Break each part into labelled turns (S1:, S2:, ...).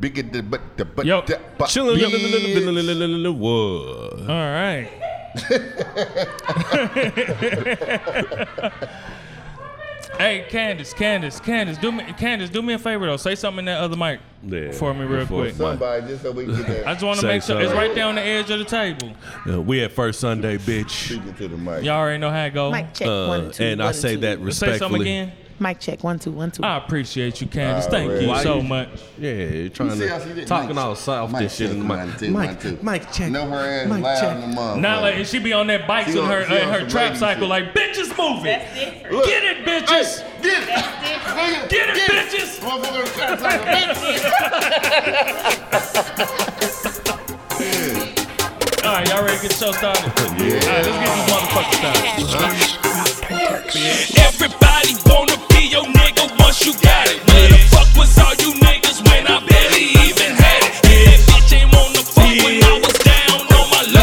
S1: Bigger than but the but
S2: Yo,
S1: the, but bitch.
S3: Whoa.
S2: All right. hey, Candace, Candace, Candace, do me, Candace, do me a favor though. Say something in that other mic
S3: Yeah,
S2: for me real
S3: before-
S2: quick.
S1: somebody just so we can get
S2: I
S1: that
S2: just want to
S3: Say
S2: make sure it's
S3: something.
S2: right there on the edge of the table.
S3: Uh, we at first Sunday, bitch.
S1: speaking to the mic.
S2: Y'all already know how it goes.
S4: Mic check
S3: Uh,
S4: one two.
S3: and I
S4: one,
S3: say
S4: two.
S3: that
S2: Say
S3: respectfully.
S2: something again.
S4: Mic check one two one two.
S5: Oh.
S2: I appreciate you, Candace. Thank
S1: Alright.
S2: you
S3: Why
S2: so
S3: you-
S2: much.
S3: Yeah, you're
S1: You
S3: trying
S1: see how she
S3: to
S1: did?
S3: talking
S1: Mic
S3: all
S1: check,
S3: soft
S1: mic
S3: and shit
S1: check,
S3: in my
S1: one, two,
S3: mic.
S1: one, two.
S3: mic check,
S1: No her ass
S3: mic
S1: loud
S3: check.
S1: in the motherfucker.
S2: Now, like, and she be on that bikes
S1: She
S2: and
S1: on-
S2: her
S1: she on
S2: and her
S1: some
S2: trap
S1: lady
S2: cycle,
S1: shit.
S2: like bitches move it.
S5: That's different.
S1: Look.
S2: Get it, bitches.
S1: Hey, get it, nigga,
S2: Get it, bitches.
S1: Motherfucker, that's like a bitch.
S2: All right, y'all ready to get the show started? All right, let's get this motherfucker started.
S6: Everybody wanna be your nigga once you got it. Where the fuck was all you niggas when I barely even had it? Yeah, that bitch ain't wanna fuck when I was down on my luck. Now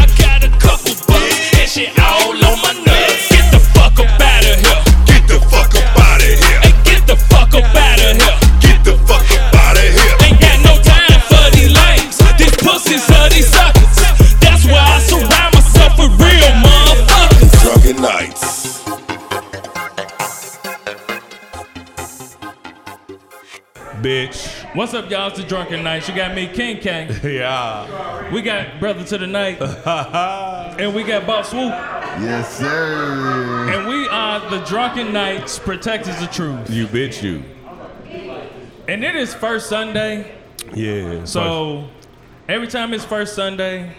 S6: I got a couple bucks and shit all on my nuts. Get the fuck up out of here.
S7: Get the fuck up out of here.
S6: Hey, get the fuck up out of here.
S7: Get the fuck up out of here.
S6: Ain't got no time for these lames. These pussies are these suckers. That's why I surround myself with real motherfuckers.
S7: Drunken nights.
S3: bitch.
S2: What's up, y'all? It's the Drunken Nights. You got me, King Kang.
S3: Yeah.
S2: We got Brother to the Night.
S3: Uh.
S2: and we got Boss Swoop.
S1: Yes, sir.
S2: And we are the Drunken Knights Protectors of Truth.
S3: You bitch, you.
S2: And it is first Sunday.
S3: Yeah.
S2: So every time it's first Sunday,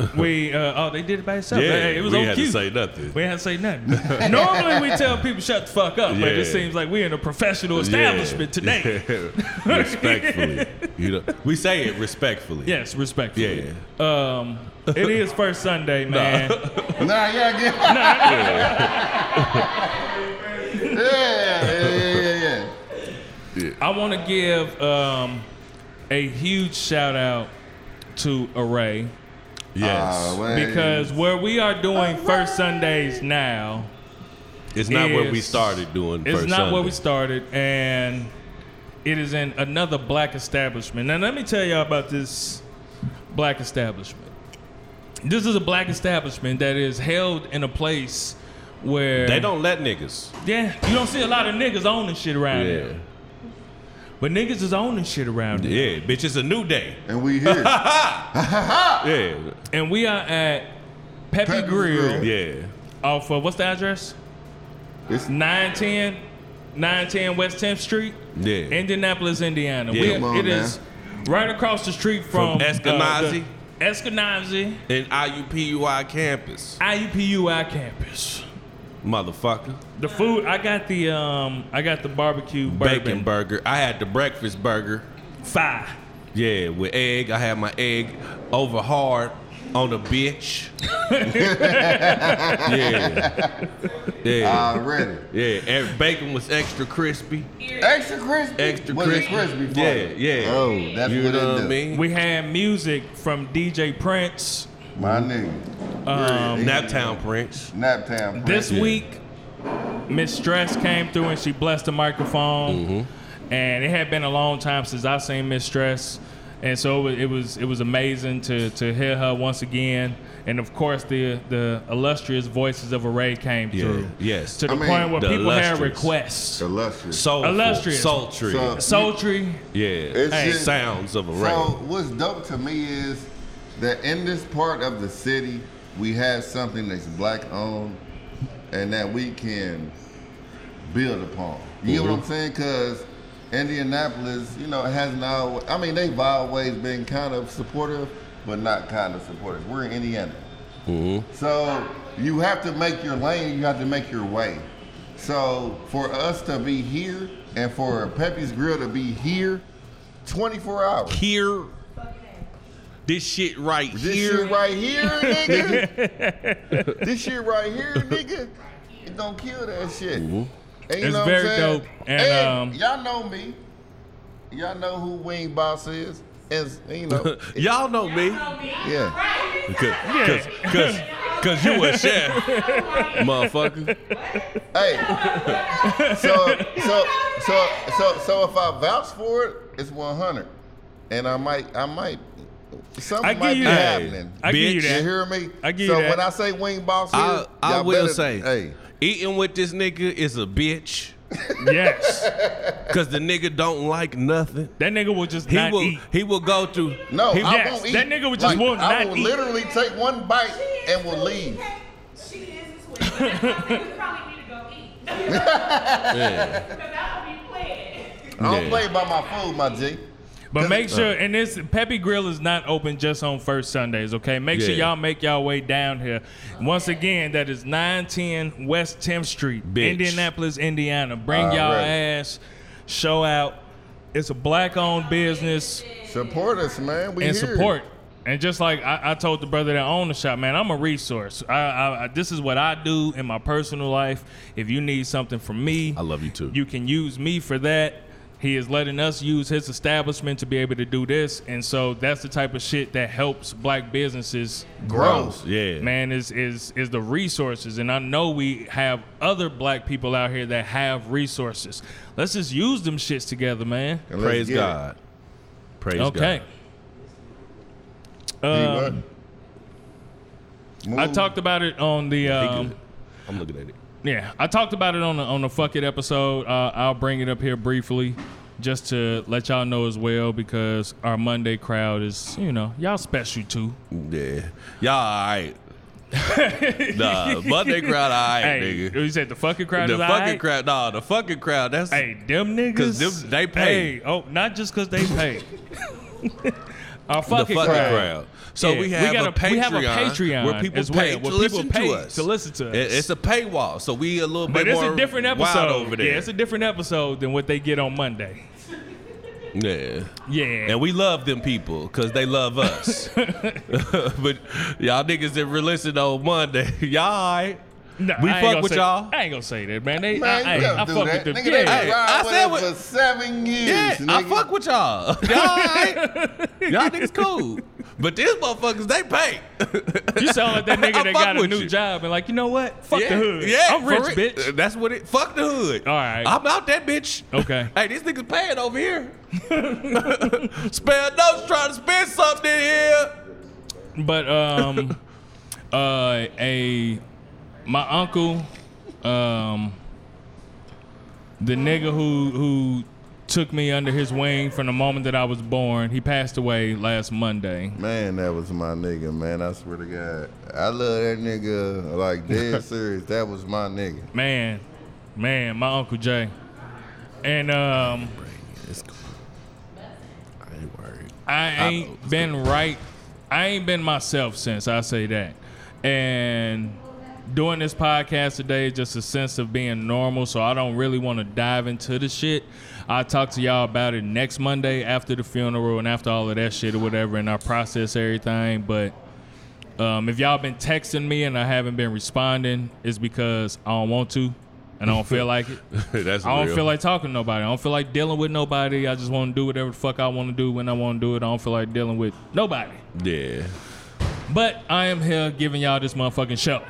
S2: we, uh, oh, they did it by itself.
S3: yeah,
S2: Hey, it was
S3: we
S2: on
S3: had
S2: cue.
S3: to say nothing.
S2: we had to say nothing. Normally we tell people shut the fuck up, but
S3: Yeah.
S2: it seems like we're in a professional establishment today.
S3: Yeah. respectfully, you know, we say it respectfully.
S2: Yes, respectfully.
S3: Yeah.
S2: Um, it is first Sunday, man.
S1: Nah, yeah, get yeah, yeah, yeah, yeah, yeah.
S2: I want to give um, a huge shout out to Array
S3: Yes.
S1: Ah, well,
S2: because where we are doing first Sundays now
S3: it's not what we
S2: is-
S3: started doing.
S2: is
S3: first
S2: not where we
S3: Sunday.
S2: started, and it is in another black establishment. Now, let me tell y'all about this black establishment. This is a black establishment that is held in a place where
S3: They don't let niggas.
S2: Yeah, you don't see a lot of niggas owning shit around
S3: Yeah.
S2: here, but niggas is owning shit around here.
S3: Yeah, bitch, it's a new day.
S1: and we here.
S3: Yeah.
S2: And we are at Peppy,
S1: Peppy's
S2: Grill,
S1: Grill.
S3: Yeah.
S2: off of what's the address?
S1: It's-
S2: 910, 910 West 10th Street,
S3: Yeah.
S2: Indianapolis, Indiana.
S3: Yeah.
S2: We-
S3: Come
S1: on,
S2: it is right across the street from,
S3: From Eskenazi?
S2: uh, the Eskenazi
S3: In IUPUI campus,
S2: IUPUI campus.
S3: motherfucker.
S2: The food I got the um I got the barbecue
S3: Bacon
S2: bourbon
S3: burger. I had the breakfast burger.
S2: five.
S3: Yeah, with egg. I had my egg over hard on the bitch. yeah. Yeah.
S1: Already.
S3: yeah. And bacon was extra crispy.
S1: Extra crispy.
S3: Extra
S1: Was it
S3: crispy.
S1: crispy
S3: Yeah,
S1: for you?
S3: yeah.
S1: Oh, that's
S3: you
S1: what
S3: know
S1: it
S3: what I
S1: do.
S3: mean?
S2: We had music from DJ Prince.
S1: My nigga.
S2: Um,
S3: Naptown Prince.
S1: Nap time.
S2: This
S3: Yeah.
S2: week, Miss Stress came through and she blessed the microphone.
S3: Mm-hmm.
S2: And it had been a long time since I seen Miss Stress, and so it wa- it was it was amazing to to hear her once again. And of course, the the illustrious voices of Array came
S3: Yeah.
S2: through.
S3: Yes.
S2: To the
S1: I mean,
S2: point where
S3: the
S2: people had
S3: illustrious.
S2: requests,
S1: Illustrious.
S3: Soulful,
S2: Illustrious.
S3: Sultry.
S1: So-
S2: sultry.
S3: yeah.
S1: Hey. just-
S3: sounds of a rain.
S1: So what's dope to me is that in this part of the city, we have something that's black owned and that we can build upon. You know what I'm saying? Because Indianapolis, you know, hasn't always, I mean, they've always been kind of supportive, but not kind of supportive. We're in Indiana. So you have to make your lane, you have to make your way. So for us to be here and for Pepe's Grill to be here 24 hours.
S3: here. This shit right
S1: This
S3: here.
S1: shit right here, nigga. this shit right here, nigga. It don't kill that shit. And you
S2: It's
S1: know
S2: very
S1: what I'm saying?
S2: dope, and, um,
S1: y'all know me. Y'all know who Wing Boss is. And you know,
S3: Y'all know me.
S1: yeah.
S3: Cause, cause, cause, 'cause you a chef, motherfucker.
S1: Hey. So so so so so if I vouch for it, it's 100, and I might, I might, something
S2: I give
S1: might
S2: you
S1: be
S2: that.
S1: happening.
S2: I give you
S3: Bitch.
S1: You
S2: that.
S1: hear me?
S2: I give
S1: so
S2: you that.
S1: when I say wing boss, here,
S3: I, I
S1: y'all
S3: will
S1: better-
S3: say,
S1: hey,
S3: eating with this nigga is a bitch
S2: Yes,
S3: because the nigga don't like nothing.
S2: that nigga will just
S3: He
S2: not
S3: will
S2: eat.
S3: he will go through.
S1: no,
S3: he,
S1: I
S2: yes,
S1: won't eat.
S2: that nigga would just
S1: like,
S2: will
S1: I
S2: not
S1: will
S2: eat.
S1: literally take one bite and will leave.
S4: She is as well. You probably need to go eat.
S3: yeah.
S4: Because I don't be playing.
S1: I don't
S3: Yeah.
S1: play by my food, my G.
S2: But make
S1: Uh.
S2: sure, and this Peppy Grill is not open just on first Sundays, okay? Make sure
S3: Yeah.
S2: y'all make y'all way down here. Once again, that is 910 West 10th Street,
S3: Bitch.
S2: Indianapolis, Indiana. Bring
S1: All
S2: y'all
S1: right.
S2: ass, show out. It's a black owned business
S1: Support us, man. We
S2: and
S1: here.
S2: support. And just like I, I told the brother that owned the shop, man, I'm a resource. I, I, I this is what I do in my personal life. If you need something from me,
S3: I love you too.
S2: you can use me for that. He is letting us use his establishment to be able to do this, and so that's the type of shit that helps black businesses grow.
S1: Gross.
S3: Yeah.
S2: Man, is is is the resources, and I know we have other black people out here that have resources. Let's just use them shits together, man.
S1: And let's
S3: Praise
S1: get it.
S3: God. Praise
S2: okay.
S3: God.
S1: He
S2: Um,
S1: what? Move.
S2: I talked about it on the
S3: He
S2: um,
S3: good. I'm looking at it.
S2: yeah. I talked about it on the on the fuck it episode. Uh, I'll bring it up here briefly, just to let y'all know as well because our Monday crowd is you know y'all special too.
S3: Yeah. Y'all all right. nah, Monday crowd all right,
S2: hey,
S3: nigga.
S2: you said the fucking crowd
S3: The
S2: is
S3: fucking
S2: alright?
S3: crowd, nah, the fucking crowd. That's
S2: Hey, them niggas.
S3: 'Cause them- they pay.
S2: Hey, oh, not just because they pay. our
S3: the
S2: fucking,
S3: fucking
S2: crowd.
S3: crowd. So
S2: Yeah,
S3: we have
S2: got
S3: a Patreon,
S2: we have a Patreon
S3: where people
S2: as well,
S3: pay to
S2: where
S3: listen
S2: people pay
S3: to us.
S2: to listen to us.
S3: It- It's a paywall, so we a little
S2: But
S3: bit
S2: it's
S3: more
S2: a different episode.
S3: wild over there.
S2: Yeah, it's a different episode than what they get on Monday.
S3: Yeah.
S2: Yeah.
S3: And we love them people because they love us. but y'all niggas that were listening on Monday, y'all all right.
S2: No,
S3: We
S2: I ain't
S3: fuck
S2: gonna
S3: with
S2: say-
S3: y'all.
S2: I ain't gonna say that, man. They,
S1: Man,
S2: I,
S1: you
S2: I,
S1: don't
S2: I
S1: do
S2: fuck
S1: that.
S2: with them.
S1: Nigga,
S2: yeah.
S1: they
S3: Hey, I
S1: ride
S3: said
S1: with
S3: what-
S1: us for seven years.
S3: Yeah, I
S1: nigga.
S3: fuck with y'all. Y'all all right. y'all niggas cool. But these motherfuckers, they pay.
S2: you sound like that
S3: I
S2: nigga that
S3: fuck
S2: got a
S3: with
S2: new
S3: you.
S2: job and like, you know what? Fuck
S3: yeah.
S2: the hood.
S3: Yeah.
S2: I'm
S3: for
S2: rich,
S3: real.
S2: bitch.
S3: That's what it. Fuck the hood.
S2: All right.
S3: I'm out that bitch.
S2: Okay.
S3: Hey, these niggas paying over here. Spare notes trying to spend something here.
S2: But um, uh, a my uncle, um, the nigga who who took me under his wing from the moment that I was born, he passed away last Monday.
S1: Man, that was my nigga, man. I swear to God. I love that nigga. Like, dead serious. That was my nigga.
S2: Man, man, my uncle Jay, and um.
S3: It's cool. I ain't worried.
S2: I ain't been right. I ain't been myself since I say that. And doing this podcast today is just a sense of being normal. So I don't really want to dive into the shit. I'll talk to y'all about it next Monday after the funeral and after all of that shit or whatever. And I process everything. But um, if y'all been texting me and I haven't been responding, it's because I don't want to and I don't feel like it.
S3: That's
S2: I don't
S3: real.
S2: feel like talking to nobody. I don't feel like dealing with nobody. I just want to do whatever the fuck I want to do when I want to do it. I don't feel like dealing with nobody.
S3: Yeah.
S2: But I am here giving y'all this motherfucking show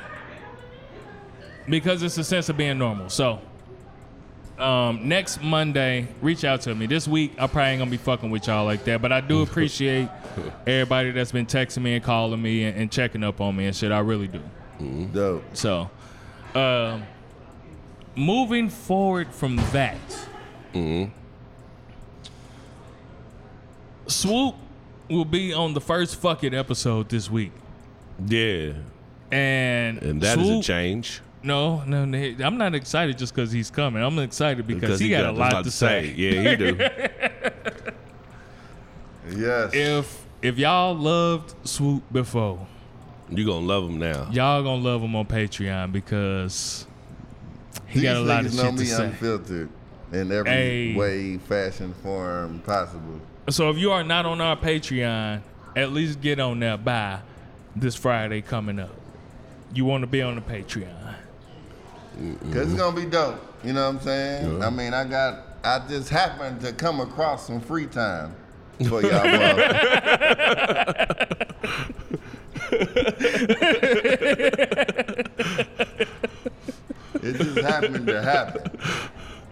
S2: because it's a sense of being normal. So um, next Monday, reach out to me. This week, I probably ain't gonna be fucking with y'all like that, but I do appreciate everybody that's been texting me and calling me and, and checking up on me and shit. I really do.
S1: Dope.
S2: So, um, moving forward from that, Swoop will be on the first fucking episode this week,
S3: Yeah.
S2: and
S3: And that is
S2: Swoop,
S3: a change.
S2: No, no, no, I'm not excited just because he's coming. I'm excited because, he, got, a lot, to say.
S3: Yeah, he do.
S1: Yes.
S2: If if y'all loved Swoop before,
S3: you gonna love him now.
S2: y'all gonna love him on Patreon because he
S1: These
S2: got a lot of
S1: niggas know
S2: shit
S1: me
S2: to say.
S1: unfiltered in every
S2: Hey.
S1: way, fashion, form possible.
S2: So if you are not on our Patreon, at least get on there by this Friday coming up. You want to be on the Patreon.
S1: because
S2: Mm-hmm.
S1: it's gonna be dope. You know what I'm saying? I mean, I got, I just happened to come across some free time for y'all. motherfuckers. it just happened to happen.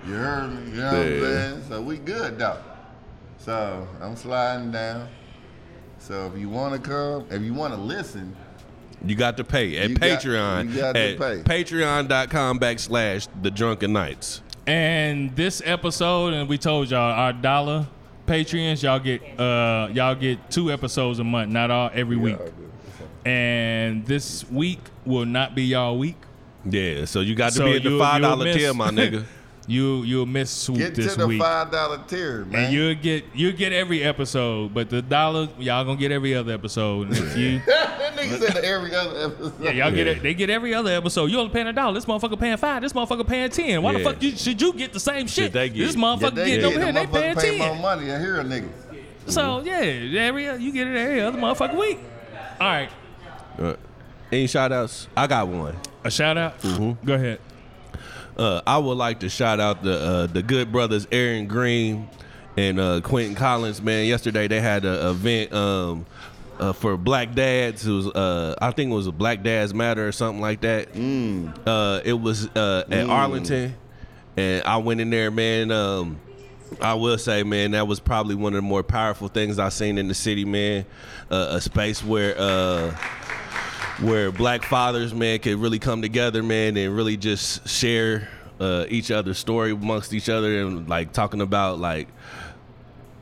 S1: You heard me? You know what I'm
S3: Yeah.
S1: saying? So we good though. So I'm sliding down. So if you want to come, if you want to listen,
S3: You got to pay at
S1: You got-
S3: Patreon.
S1: you got to
S3: at
S1: pay.
S3: Patreon.com backslash the drunken nights.
S2: And this episode, and we told y'all our dollar Patreons, y'all get uh y'all get two episodes a month, not all every week. And this week will not be y'all week.
S3: Yeah, so you got to
S2: So
S3: be at
S2: you-
S3: the
S2: you'll
S3: five dollar
S2: miss-
S3: tier, my nigga.
S2: You you'll miss swoop
S1: get
S2: this
S1: to the
S2: week.
S1: five dollar tier, man.
S2: And you'll get you get every episode, but the dollar y'all gonna get every other episode. And if you
S1: that nigga said every other episode.
S2: yeah, y'all get
S3: Yeah.
S2: it, they get every other episode. You only paying a dollar. This motherfucker paying five. This motherfucker paying ten. Why the
S3: Yeah.
S2: fuck you, should you get the same shit?
S3: they get-
S2: this motherfucker
S1: they
S2: getting
S1: get
S2: over here. They paying
S1: pay
S2: ten.
S1: more money. I hear a nigga.
S2: So yeah, every you get it every other motherfucking week. All right,
S3: Uh, any shout outs? I got one.
S2: a shout out.
S3: Mm-hmm.
S2: Go ahead.
S3: Uh, I would like to shout out the uh, the good brothers Aaron Green and uh, Quentin Collins. Man, yesterday they had an event um, uh, for Black Dads. It was uh, I think it was a Black Dads Matter or something like that. Uh, it was uh, at Arlington, and I went in there, man. Um, I will say, man, that was probably one of the more powerful things I've seen in the city, man. Uh, a space where. Uh, where black fathers, man, could really come together, man, and really just share uh, each other's story amongst each other and like talking about like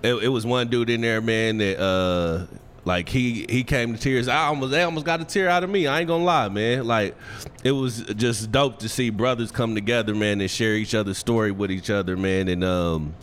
S3: it, it was one dude in there, man, that uh like he he came to tears. I almost they almost got a tear out of me. I ain't gonna lie, man. Like it was just dope to see brothers come together, man, and share each other's story with each other, man, and um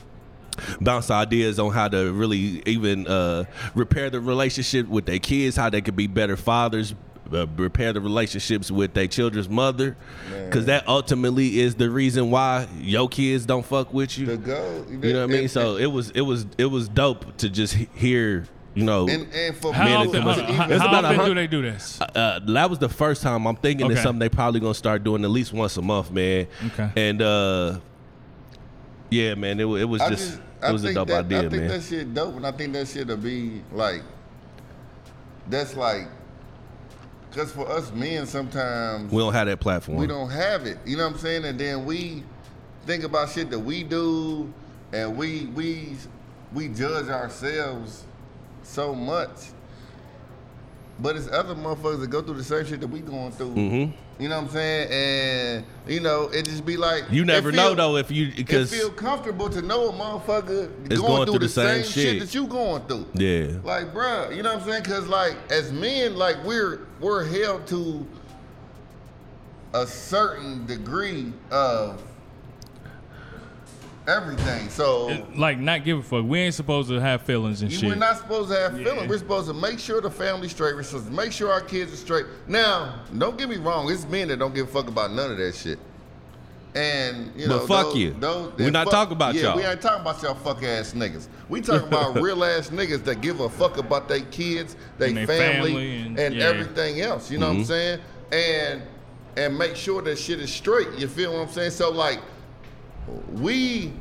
S3: bounce ideas on how to really even uh, repair the relationship with their kids, how they could be better fathers. Uh, repair the relationships with their children's mother because that ultimately is the reason why your kids don't fuck with you
S1: The goal.
S3: you know what I mean? So it was it was it was dope to just he- hear, you know.
S1: and, and for
S2: How
S1: men,
S2: often,
S1: it was
S2: hold on,
S1: even-
S2: how,
S3: it's
S2: how
S3: about a
S2: often
S3: hun-
S2: do they do this?
S3: uh, that was the first time I'm thinking it's
S2: Okay.
S3: something they probably gonna start doing at least once a month, man.
S2: Okay.
S3: And uh, yeah, man, it, wa- it was
S1: I
S3: just,
S1: just,
S3: it
S1: I
S3: was a
S1: think
S3: dope
S1: that, I
S3: idea,
S1: think
S3: man.
S1: that shit dope, and I think that shit'll be like, that's like, cause for us men sometimes
S3: We don't have that platform.
S1: we don't have it. You know what I'm saying? And then we think about shit that we do, and we we we judge ourselves so much. But it's other motherfuckers that go through the same shit that we going through. You know what I'm saying? And you know, it just be like
S3: You
S1: it
S3: never know
S1: feel-
S3: though if you
S1: it
S3: because
S1: feel comfortable to know a motherfucker
S3: It's
S1: going, through, the, same,
S3: shit.
S1: shit that you going through.
S3: yeah,
S1: Like, bruh, you know what I'm saying? Cause like as men, like we're we're held to a certain degree of everything. So
S2: It- like not give a fuck. We ain't supposed to have feelings and
S1: you-
S2: shit.
S1: we're not supposed to have feelings. We're supposed to make sure the family's straight. We're supposed to make sure our kids are straight. Now, don't get me wrong. It's men that don't give a fuck about none of that shit. And you
S3: But
S1: know,
S3: fuck
S1: those,
S3: you.
S1: Those,
S3: We
S1: and
S3: not talking about
S1: yeah,
S3: y'all.
S1: We ain't talking about y'all fuck ass niggas. We talking about real ass niggas that give a fuck about their kids, their
S2: And they
S1: family,
S2: family and-
S1: and,
S2: yeah.
S1: everything else. You know what I'm saying? And and make sure that shit is straight. You feel what I'm saying? So like, we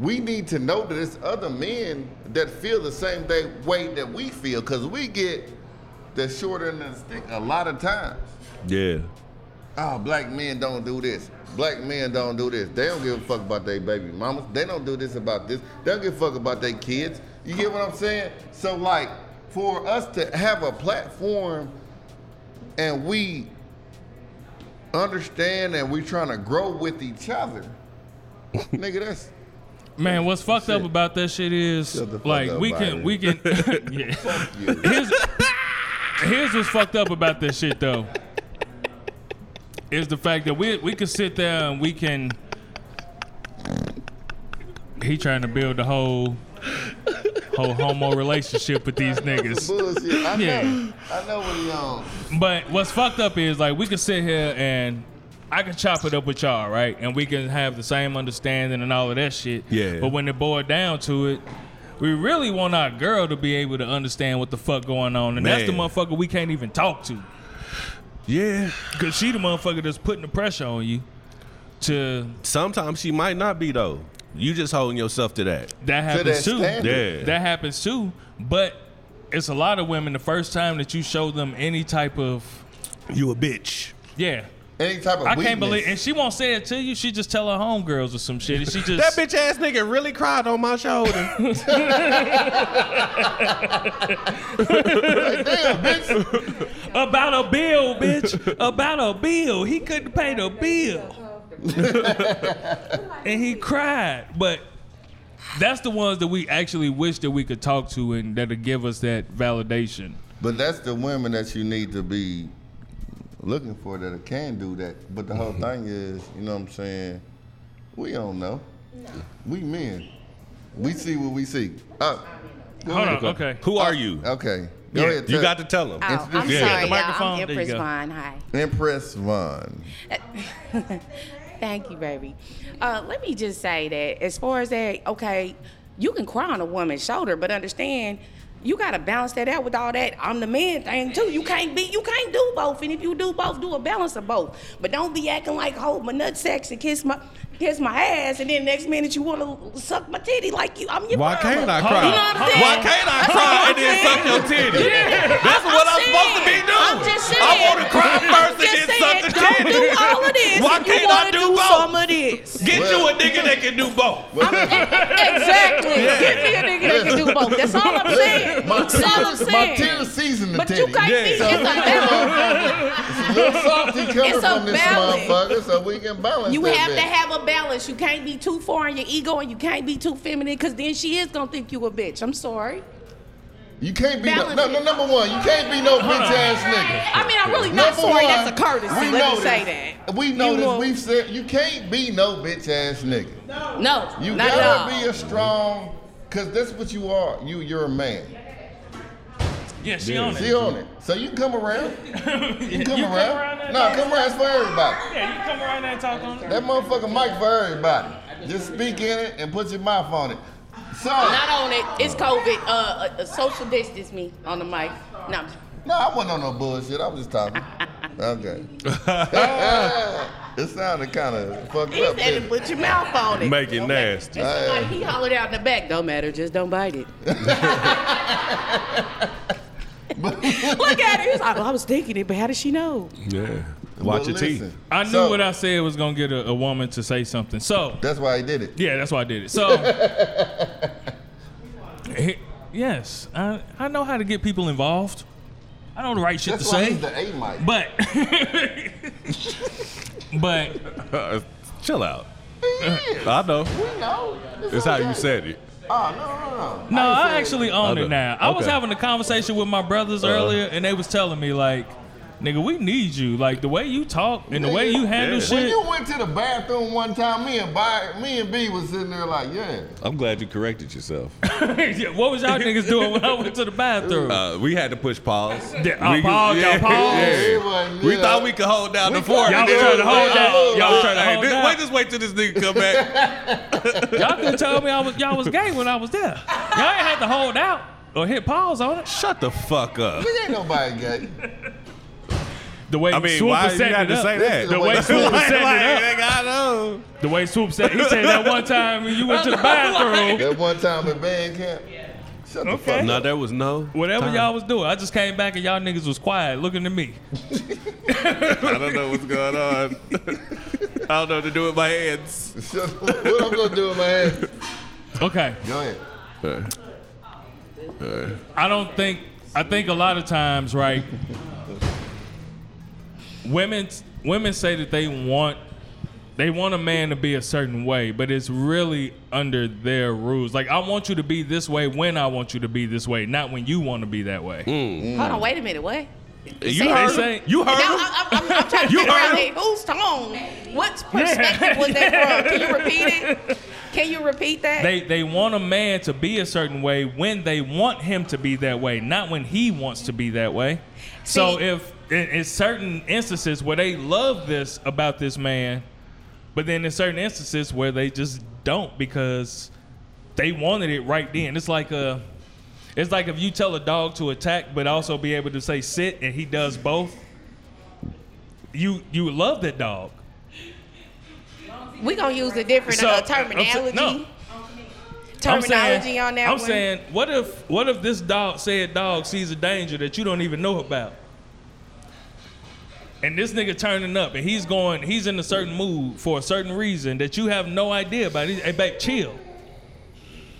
S1: we need to know that it's other men that feel the same day, way that we feel because we get the short end of the stick a lot of times.
S3: yeah,
S1: Oh, black men don't do this. Black men don't do this. They don't give a fuck about their baby mamas. They don't do this about this. They don't give a fuck about their kids. You get what I'm saying? So, like, for us to have a platform and we understand and we trying to grow with each other, nigga, that's
S2: Man, what's fucked up about that shit is
S1: Shut the fuck
S2: like
S1: up,
S2: we
S1: Biden.
S2: can we can. yeah.
S1: you.
S2: Here's, here's what's fucked up about this shit though. Is the fact that we we can sit there and we can. He trying to build the whole whole homo relationship with these niggas.
S1: bullshit. I know.
S2: Yeah.
S1: I know what he on.
S2: But what's fucked up is like we can sit here and I can chop it up with y'all, right? And we can have the same understanding and all of that shit.
S3: Yeah.
S2: But when it boiled down to it, we really want our girl to be able to understand what the fuck going on, and that's the
S3: Man.
S2: motherfucker we can't even talk to,
S3: yeah.
S2: cause she the motherfucker that's putting the pressure on you. To
S3: Sometimes she might not be though. You just holding yourself to that.
S2: that
S1: that
S2: happens too.
S1: standard.
S3: Yeah.
S2: That happens too. But it's a lot of women. The first time that you show them any type of
S3: You a bitch.
S2: Yeah.
S1: any type of
S2: I
S1: weakness.
S2: can't believe, and she won't say it to you. She just tell her homegirls or some shit. And she
S3: That
S2: just
S3: bitch ass nigga really cried on my shoulder.
S1: Damn, bitch.
S2: about a bill, bitch, about a bill. He couldn't pay the bill, and he cried. But that's the ones that we actually wish that we could talk to and that'll give us that validation.
S1: But that's the women that you need to be looking for that can do that. But the whole thing is, you know what I'm saying? We don't know. We men. We see what we see. Oh, go
S2: Hold
S1: ahead.
S2: on, okay.
S3: Who are you?
S1: Okay. Uh, Go
S2: Yeah,
S1: ahead.
S3: You
S1: tell-
S3: got to tell him.
S1: It's
S5: Oh, I'm
S1: just- Yeah,
S5: sorry,
S2: the
S5: y'all.
S2: microphone.
S5: I'm
S2: There you
S5: Empress
S2: go.
S5: Vaughn. Hi.
S1: Impress Vaughn.
S5: Thank you, baby. Uh, let me just say that as far as that, okay, you can cry on a woman's shoulder, but understand you gotta balance that out with all that I'm the man thing too. You can't be you can't do both. And if you do both, do a balance of both. But don't be acting like hold my nut sacks and kiss my kiss my ass and then next minute you wanna suck my titty like you I'm your
S3: Why
S5: mama.
S3: can't I
S5: You
S3: cry?
S5: know what I'm saying?
S3: Why can't I
S5: That's
S3: cry
S5: what
S3: and then suck
S5: I'm
S3: your titty? That's
S5: I'm
S3: what I'm supposed to be
S5: saying.
S3: doing.
S5: I'm just saying.
S3: I want to cry first
S5: Just
S3: and then
S5: saying,
S3: suck the
S5: don't
S3: titty.
S5: do all of this.
S3: Why
S5: if you
S3: can't I
S5: wanna
S3: do
S5: do
S3: both?
S5: some of this?
S3: Get
S1: Well-
S3: you a nigga that can do both.
S5: Exactly. Give me a nigga that can do both. That's all I'm saying.
S1: My
S5: That's all I'm
S1: tears, my
S5: saying.
S1: tears season the
S5: but
S1: titty.
S5: you can't
S3: Yeah.
S5: be. It's a balance.
S1: It's a little salty coming
S5: It's a
S1: from this
S5: balance.
S1: motherfucker, so we can balance
S5: You
S1: that
S5: have to
S1: bitch.
S5: have a balance. You can't be too far in your ego, and you can't be too feminine, because then she is gonna think you a bitch. I'm sorry.
S1: You can't be no,
S5: balance
S1: no,
S5: it.
S1: no, number one. You can't be no bitch ass nigga.
S5: I mean, I'm really not
S1: Number one,
S5: sorry. That's a courtesy.
S1: we
S5: Let
S1: know
S5: me
S1: this.
S5: say that.
S1: We know
S5: You
S1: this.
S5: know-
S1: We've said you can't be no bitch ass nigga.
S5: No,
S1: You
S5: not at all.
S1: gotta be a strong, cause that's what you are. You you're a man.
S2: Yeah, she on
S1: She
S2: it.
S1: on it. So you can come around. You can come
S2: You come around
S1: around.
S2: there,
S1: no, come around. It's for everybody.
S2: Yeah, you come around there and talk on it.
S1: That motherfucking mic for everybody. Just speak in it and put your mouth on it. So
S5: Not on it. It's COVID. Uh, uh, uh, social distance me on the mic. No. I'm-
S1: no, I wasn't on no bullshit. I was just talking. Okay. it sounded kind of fucked
S5: He
S1: up.
S5: said
S1: didn't
S5: it,
S1: it?
S5: put your mouth on it.
S3: Make it nasty.
S5: Just like he hollered out in the back, don't matter, just don't bite it. Look at it. He was like, well, I was thinking it, but how does she know?
S3: Yeah. Watch
S1: But
S3: your teeth.
S1: listen,
S2: I knew
S1: so-
S2: what I said was gonna get a, a woman to say something. So
S1: That's why he did it.
S2: yeah, that's why I did it. So he- yes, I I know how to get people involved. I know the right shit
S1: That's
S2: to
S1: why
S2: say,
S1: he's the A mic.
S2: but but
S3: Uh, Chill out. I know.
S1: we know.
S3: It's how you said it.
S1: Oh no no no.
S2: No,
S1: ain't
S2: I,
S1: saying-
S2: actually own
S3: Okay.
S2: it Uh-huh. now. I was
S3: Okay.
S2: having a conversation with my brothers earlier, and they was telling me like, "Nigga, we need you. Like the way you talk and the way you handle
S3: Yeah.
S1: When
S2: shit."
S1: you went to the bathroom one time, me and By, me and B was sitting there like, yeah.
S3: I'm glad you corrected yourself.
S2: Yeah, what was y'all niggas doing when I went to the bathroom?
S3: Uh, we had to push pause.
S2: Yeah, uh, pause, y'all pause.
S1: It wasn't
S3: We
S1: good.
S3: thought we could hold down
S1: We
S3: the fort.
S1: could-
S2: Y'all
S3: and
S2: was
S3: then- Oh,
S2: trying to hold down.
S1: Hey,
S2: Y'all was trying to
S3: Hey,
S2: hold
S3: this-
S2: down.
S3: wait, just wait till this nigga come back.
S2: Y'all could tell me I was y'all was gay when I was there. Y'all ain't had to hold out or hit pause on it.
S3: Shut the fuck up.
S1: We ain't nobody gay.
S2: The way
S3: I mean,
S2: Swoop
S3: why
S2: was
S3: you
S2: setting
S3: had
S2: it
S3: to
S2: up.
S3: say that?
S2: The way Swoop was
S3: Like,
S2: setting it
S3: like, I know.
S2: up. The way Swoop said he said that one time when you went to the bathroom.
S1: That one time at band camp. Shut the
S2: Okay.
S1: fuck
S3: No,
S1: up.
S3: there was no.
S2: Whatever
S3: time.
S2: y'all was doing, I just came back and y'all niggas was quiet looking at me.
S3: I don't know what's going on. I don't know what to do with my hands.
S1: Shut the- what I'm gonna do with my hands?
S2: Okay.
S1: Go ahead.
S2: I don't think. I think a lot of times, right? women women say that they want they want a man to be a certain way, but it's really under their rules. Like I want you to be this way when I want you to be this way, not when you want to be that way.
S5: Hold on, wait a minute, what?
S3: Mm. You
S5: Say
S3: heard
S5: it.
S3: him? You heard
S5: Now,
S3: him?
S5: I, I'm, I'm, I'm trying to
S3: You
S5: figure out
S3: heard
S5: that whose tone, what perspective was that from? Can you repeat it? Can you repeat that?
S2: They they want a man to be a certain way when they want him to be that way, not when he wants to be that way. so
S5: See-
S2: if in, in certain instances where they love this about this man, but then in certain instances where they just don't because they wanted it right then. It's like a it's like if you tell a dog to attack but also be able to say sit and he does both. You you love that dog.
S5: we gonna use a different
S2: So,
S5: uh,
S2: I'm sa-
S5: terminology.
S2: no. I'm
S5: Terminology
S2: saying-
S5: on that
S2: I'm
S5: one.
S2: saying, what if what if this dog said dog sees a danger that you don't even know about? and this nigga turning up, and he's going, he's in a certain mood for a certain reason that you have no idea about. He's- Hey, babe, chill.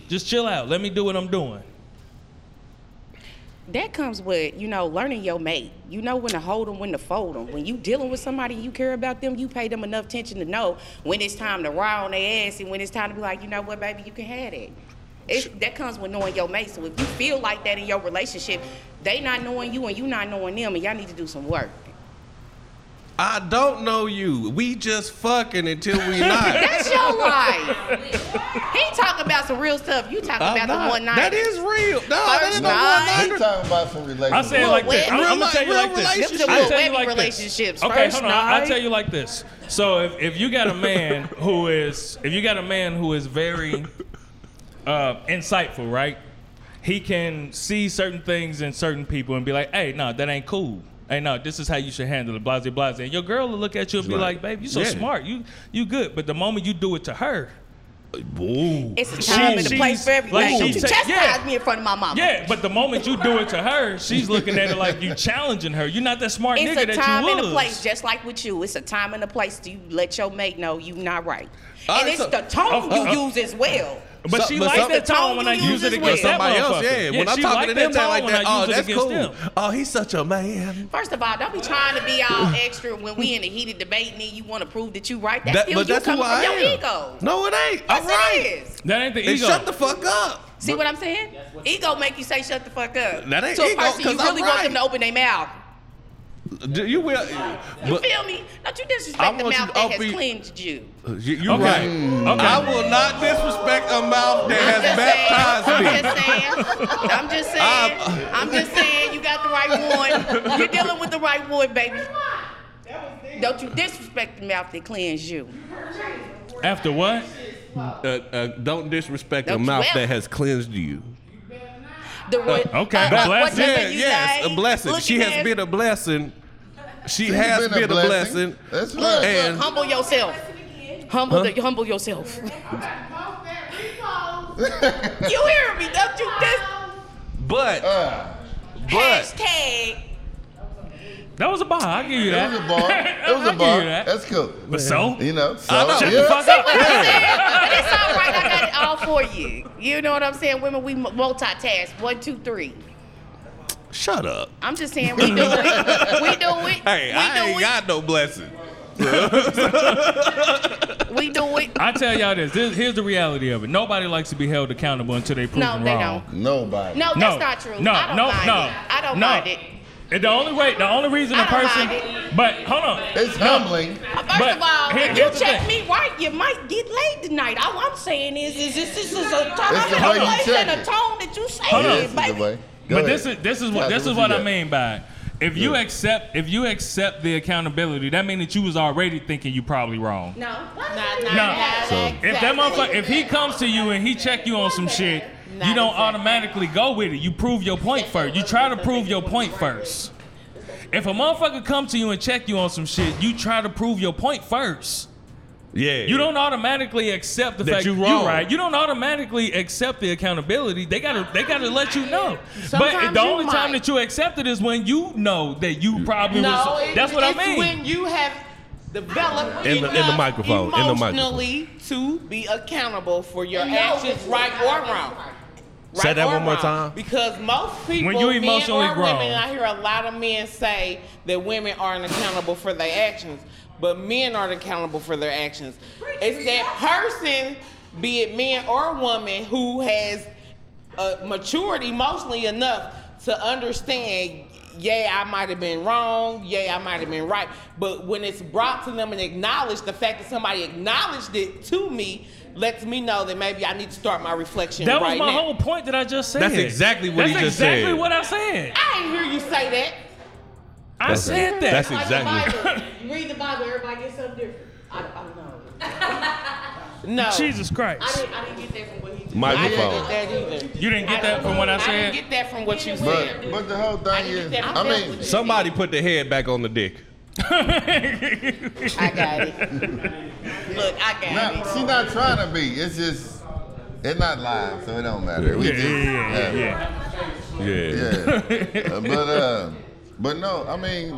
S2: Just chill out. Let me do what I'm doing.
S5: that comes with you know learning your mate you know when to hold them when to fold them when you dealing with somebody you care about them you pay them enough attention to know when it's time to ride on their ass and when it's time to be like you know what baby you can have it it's, that comes with knowing your mate so if you feel like that in your relationship they not knowing you and you not knowing them and y'all need to do some work
S3: I don't know you. We just fucking until we not.
S5: that's your life he talking about some real stuff you talking
S3: I'm
S5: about the
S3: not.
S5: one night
S3: That is real. No, that is
S1: He
S5: Nah.
S3: not one night.
S1: talking about some relationship.
S2: I say it
S5: Real
S2: like this.
S5: wet-
S2: I'm,
S5: real
S2: gonna
S3: li-
S2: tell you
S3: real
S2: like this.
S3: relationship.
S2: I tell you
S5: Wedding
S2: like this.
S5: relationships.
S2: Okay,
S5: First
S2: hold on. I
S5: night.
S2: tell you like this. So if, if you got a man who is if you got a man who is very uh, insightful, right? He can see certain things in certain people and be like, "Hey, no, that ain't cool. Hey, no, this is how you should handle it." Blase, blase. And your girl will look at you and be like,
S3: Right.
S2: "Babe, you so
S3: Yeah.
S2: smart. You you good." But the moment you do it to her,
S3: Ooh.
S5: it's a
S2: She-
S5: time and a
S2: she's-
S5: place for everything
S2: like,
S5: don't
S2: she
S5: you
S2: ta-
S5: chastise
S2: yeah.
S5: me in front of my mama
S2: Yeah, but the moment you do it to her, she's looking at it like you challenging her. You're not that smart
S5: It's
S2: nigga
S5: a
S2: that
S5: time
S2: you
S5: and a
S2: was.
S5: place, just like with you. It's a time and a place to you let your mate know you not right.
S3: All
S5: and
S3: right,
S5: it's
S3: so-
S5: the tone
S2: uh, uh,
S5: you use as well.
S2: But
S3: So-
S2: she
S3: but
S2: likes
S3: some-
S2: that tone when I
S5: the tone you
S2: use it
S5: use
S2: against
S5: is
S2: that
S3: somebody else,
S2: motherfucker.
S3: yeah. When I'm
S2: she
S3: talking
S2: like
S3: to that
S2: tone
S3: tag like
S2: when
S3: that,
S2: I
S3: oh,
S2: use it
S3: that's
S2: against
S3: cool.
S2: them.
S3: Oh, he's such a man.
S5: First of all, don't be trying to be all extra when we in a heated debate and then you want to prove that you right. That's
S3: That-
S5: still
S3: but
S5: you
S3: that's who
S5: coming
S3: I
S5: from
S3: am.
S5: your ego.
S3: No, it ain't.
S5: Yes,
S3: I'm right.
S5: it is.
S2: That ain't the
S3: And
S2: ego.
S3: shut the fuck up.
S5: See what I'm saying? Ego make you say shut the fuck up.
S3: That ain't
S5: to a
S3: ego,
S5: person
S3: 'cause
S5: you
S3: I'm
S5: really want
S3: right.
S5: them to open their mouth.
S3: Do You will.
S5: You
S3: But
S5: feel me? Don't you
S3: I
S5: disrespect the
S3: want you
S5: mouth
S3: to
S5: that
S3: open-
S5: has cleansed you.
S3: you, you're
S2: Okay.
S3: right.
S2: Mm.
S3: I will not disrespect a mouth that has baptized me.
S5: saying. I'm just saying. I'm just saying. I'm just saying. You got the right one. You're dealing with the right one, baby. Don't you disrespect the mouth that cleans you.
S2: After what?
S3: Uh, uh, don't disrespect a
S5: Don't
S3: mouth
S5: you
S3: that has cleansed you.
S5: The ro-
S2: Uh, okay,
S5: what
S2: blessing.
S5: number
S3: Yeah,
S5: you
S3: yes,
S5: say?
S3: a blessing.
S5: Look
S3: She
S5: at
S3: has
S5: this.
S3: been a blessing. She has
S1: been a
S3: been a
S1: blessing.
S3: blessing.
S1: That's
S5: Look,
S1: right.
S5: look,
S3: and-
S5: humble yourself. Humble, the, humble yourself. you hear me? Don't you dis?
S3: But,
S1: Uh,
S3: but.
S5: Hashtag.
S2: That was a bar. I give you
S1: it
S2: that.
S1: was a bar. It was
S2: I
S1: a
S2: give
S1: bar.
S2: you that.
S1: That's cool.
S2: But so,
S1: You know, so
S3: know. Shut the
S1: yeah.
S2: fuck up.
S5: But it's all right. I got it all for you. You know what I'm saying? Women, we mu- multitask. One, two, three.
S3: Shut up.
S5: I'm just saying we do it. We do it.
S3: Hey,
S5: we
S3: I
S5: do
S3: ain't
S5: it.
S3: got no blessing.
S5: we do it.
S2: I tell y'all this. this. Here's the reality of it. Nobody likes to be held accountable until they proven
S5: No, they
S2: wrong.
S5: don't.
S1: Nobody.
S5: No,
S2: No,
S5: that's not true.
S2: No,
S5: I don't
S2: no,
S5: mind
S2: no.
S5: It. I don't
S2: no.
S5: mind it.
S2: And the only way, the only reason a
S5: I don't
S2: person,
S5: mind
S2: but hold on,
S1: It's
S2: No.
S1: humbling.
S5: Uh, First
S2: But
S5: of all,
S2: here-
S5: if
S2: here's
S5: you
S2: the
S5: check
S2: thing.
S5: me right, you might get laid tonight. All I'm saying is, is this, this is a tone,
S1: It's the way you
S5: place
S1: check
S5: and a
S1: it.
S5: tone that you say
S2: Hold on.
S5: it,
S1: This is the way.
S5: baby.
S1: Go
S2: but
S1: ahead.
S2: this is this is what
S1: Tasha,
S2: this is
S1: you
S2: what I
S1: got?
S2: mean by it. if you
S1: Yeah.
S2: accept if you accept the accountability, that means that you was already thinking you probably wrong.
S5: No,
S2: No. If that motherfucker, if he comes to you and he check you on some shit, you don't automatically go with it. You prove your point first. You try to prove your point first. If a motherfucker come to you and check you on some shit, you try to prove your point first.
S3: Yeah.
S2: You don't automatically accept the
S3: That
S2: fact
S3: you wrong.
S2: right. You don't automatically accept the accountability. They gotta they gotta let you know. but
S8: Sometimes
S2: the
S8: you
S2: only time
S8: might.
S2: that you accept it is when you know that you probably
S8: No,
S2: was.
S8: it-
S2: That's what
S8: it's
S2: I mean.
S8: when you have developed
S3: In the- in the
S8: enough
S3: microphone, in the microphone.
S8: emotionally to be accountable for your actions, right or wrong. Right
S3: Say that
S8: or
S3: one more
S8: wrong.
S3: time.
S8: Because most people,
S2: you
S8: men
S2: emotionally
S8: or
S2: grown.
S8: women, and I hear a lot of men say that women aren't accountable for their actions, but men aren't accountable for their actions. It's that person, be it man or woman, who has uh, matured emotionally enough to understand. Yeah, I might have been wrong. Yeah, I might have been right. But when it's brought to them and acknowledged, the fact that somebody acknowledged it to me lets me know that maybe I need to start my reflection
S2: That was
S8: right
S2: my
S8: now.
S2: whole point that I just said.
S3: That's exactly what
S2: That's
S3: he just
S2: exactly
S3: said.
S2: what I said.
S8: I didn't hear you say that.
S2: I said that.
S3: That's exactly.
S4: You read the Bible, everybody gets something different. I, I don't know.
S8: No,
S2: Jesus Christ.
S4: I didn't get that from what he did.
S8: I didn't
S3: Microphone.
S8: get that either.
S2: You didn't get that from what I
S8: I
S2: said?
S8: didn't get that from what you said.
S1: But but the whole thing is,
S8: that-
S1: I mean,
S3: Somebody put the head back on the dick.
S5: I got it. Look, I got
S1: not,
S5: it.
S1: she not trying to be. It's just, it's not live, so it don't matter. We
S2: Yeah,
S1: just,
S2: yeah, yeah, yeah, yeah.
S3: Yeah.
S1: um, yeah. Uh, but uh, but no, I mean,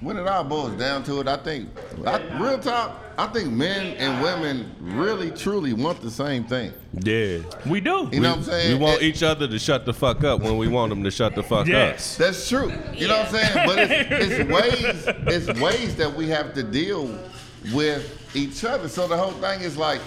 S1: when it all boils down to it, I think, I, real talk, I think men and women really truly want the same thing.
S3: Yeah.
S2: We do.
S1: You know what I'm saying?
S3: We want
S1: And
S3: each other to shut the fuck up when we want them to shut the fuck
S2: Yes.
S1: That's true. You know what I'm saying? But it's, it's ways, it's ways that we have to deal with each other. So the whole thing is like,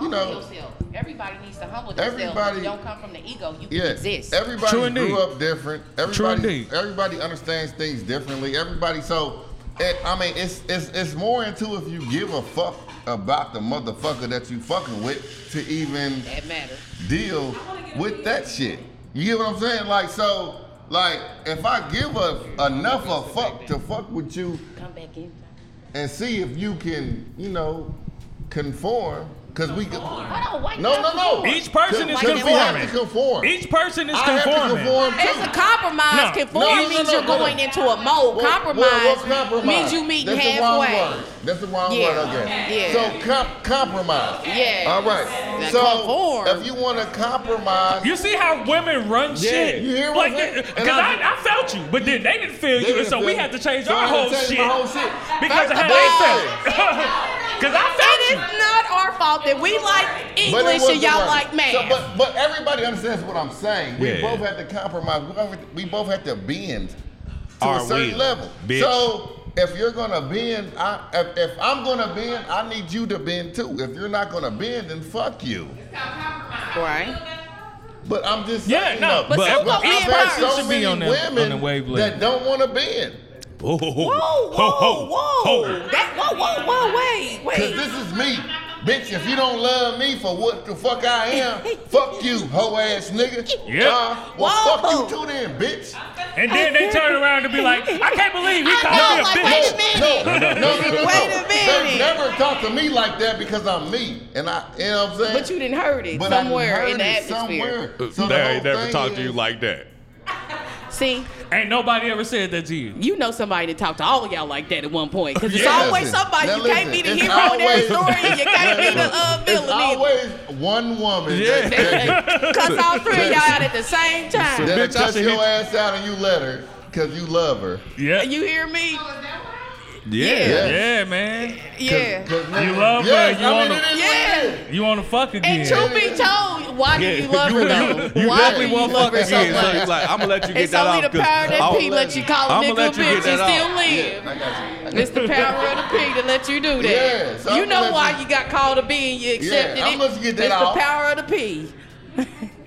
S1: you
S5: Humble
S1: know,
S5: yourself. Everybody needs to humble themselves.
S1: Everybody-
S5: Everybody don't come from the ego. You
S1: yeah,
S5: exist.
S1: everybody
S2: True
S1: grew
S2: indeed.
S1: up different. Everybody,
S2: indeed.
S1: everybody understands things differently. Everybody, so it, I mean, it's it's it's more into if you give a fuck about the motherfucker that you fucking with to even
S5: that matters.
S1: deal with that shit. You get what I'm saying? Like so, like if I give a enough a fuck to fuck with you
S5: Come back in.
S1: and see if you can, you know, conform, because we no
S5: Hold on, why you
S1: no
S5: gotta
S1: no.
S5: conform?
S2: Each person is
S1: Because we have to
S2: conforming.
S1: conform.
S2: Each person is
S1: I have to
S2: conforming.
S1: conform too.
S5: It's a compromise.
S2: No.
S5: Conform
S1: No, no, no,
S5: means
S1: no,
S5: you're
S1: no.
S5: going into a mold.
S1: Well,
S5: compromise,
S1: well, what's compromise
S5: means you meeting
S1: That's
S5: halfway.
S1: The wrong word. That's the wrong
S5: Yeah.
S1: word. Okay.
S5: Yeah.
S1: So comp- compromise.
S5: Yeah.
S1: All right.
S5: Now
S1: so
S5: conform.
S1: if you want to compromise,
S2: You see how women run shit?
S1: You hear what
S2: like,
S1: I'm saying?
S2: because
S1: And I-
S2: I, I, felt you, but then they didn't feel
S1: they
S2: you,
S1: didn't
S2: and so we
S1: feel-
S2: had to change
S1: so I had
S2: our
S1: to
S2: whole
S1: change
S2: shit.
S1: my whole shit.
S2: Because of how they felt. Because I felt
S5: It is
S2: you.
S5: not our fault that we like
S1: But it
S5: English
S1: wasn't
S5: and y'all
S1: right.
S5: like math.
S1: So, but but everybody understands what I'm saying. We
S3: Yeah.
S1: both have to compromise. We both have to, we both have to bend to
S3: Our
S1: a certain
S3: will,
S1: level.
S3: bitch.
S1: So if you're gonna bend, I, if, if I'm gonna bend, I need you to bend too. If you're not gonna bend, then fuck you.
S5: right.
S1: But I'm just
S2: Yeah,
S1: saying,
S2: no,
S1: though,
S2: but
S5: so what we
S1: I've
S5: in
S1: had
S5: person
S1: so
S2: should be
S1: many
S2: on the- on
S1: women
S2: the wavelength.
S1: that don't want to bend.
S3: up. Whoa, whoa,
S5: Whoa, whoa, whoa. That, whoa, whoa, whoa, wait,
S1: Cause
S5: wait.
S1: this is me, bitch. If you don't love me for what the fuck I am, fuck you, hoe ass nigga.
S2: Yeah.
S1: Uh, well,
S5: Whoa.
S1: fuck you too then, bitch.
S2: And then they turn around and be like, I can't believe he
S5: I
S2: called
S5: know,
S2: me a
S5: like,
S2: bitch.
S5: wait a minute.
S1: No, no, no, no, no.
S5: Wait a
S1: They
S5: minute.
S1: never talk to me like that because I'm me, and I, you know what I'm saying.
S5: But you didn't heard it
S1: But I
S5: somewhere
S1: heard
S5: in the
S1: it
S5: atmosphere.
S3: Uh,
S1: somewhere. So the
S7: they
S1: whole
S7: ain't never
S1: thing
S7: talked to
S1: is-
S7: you like that.
S5: See,
S2: Ain't nobody ever said that to you.
S5: you know somebody that talked to all of y'all like that at one point. Because it's
S1: Yeah.
S5: always
S1: Listen,
S5: somebody.
S1: now
S5: you can't be the
S1: listen,
S5: hero
S1: it's
S5: in every
S1: always-
S5: story, and you can't be the uh,
S1: It's
S5: villain either.
S1: always one woman.
S3: Yeah.
S1: That, that,
S5: Cuss all three of y'all out at the same time.
S1: that'll
S3: Bitch, I
S1: cuss
S3: said
S1: your
S3: he-
S1: ass out and you let her because you love her.
S2: Yeah.
S5: You hear me?
S3: Yeah.
S2: Yeah, man.
S5: Yeah.
S2: You love her, you wanna-
S5: Yeah.
S2: You want to fuck again.
S5: And truth be told, why do you love her though?
S3: You
S5: Why do
S3: definitely
S5: you
S3: won't
S5: love
S3: fuck
S5: her
S3: again.
S5: so
S3: So
S5: much?
S3: it's like, I'm gonna let you get
S5: It's
S3: that
S5: only
S3: off.
S5: the
S3: 'cause
S5: power of that
S3: I'll
S5: P let you call a
S3: I'ma
S5: nigga a
S3: let you
S5: bitch
S3: get that
S5: and
S3: off.
S5: still live.
S1: I got you.
S5: It's the power of the P to let you do that.
S1: Yeah, so
S5: you
S1: I'ma
S5: know
S1: let
S5: why
S1: you-
S5: you got called a B and you accepted
S1: I'ma
S5: it.
S1: let you get that
S5: it's
S1: off.
S5: the power of the P.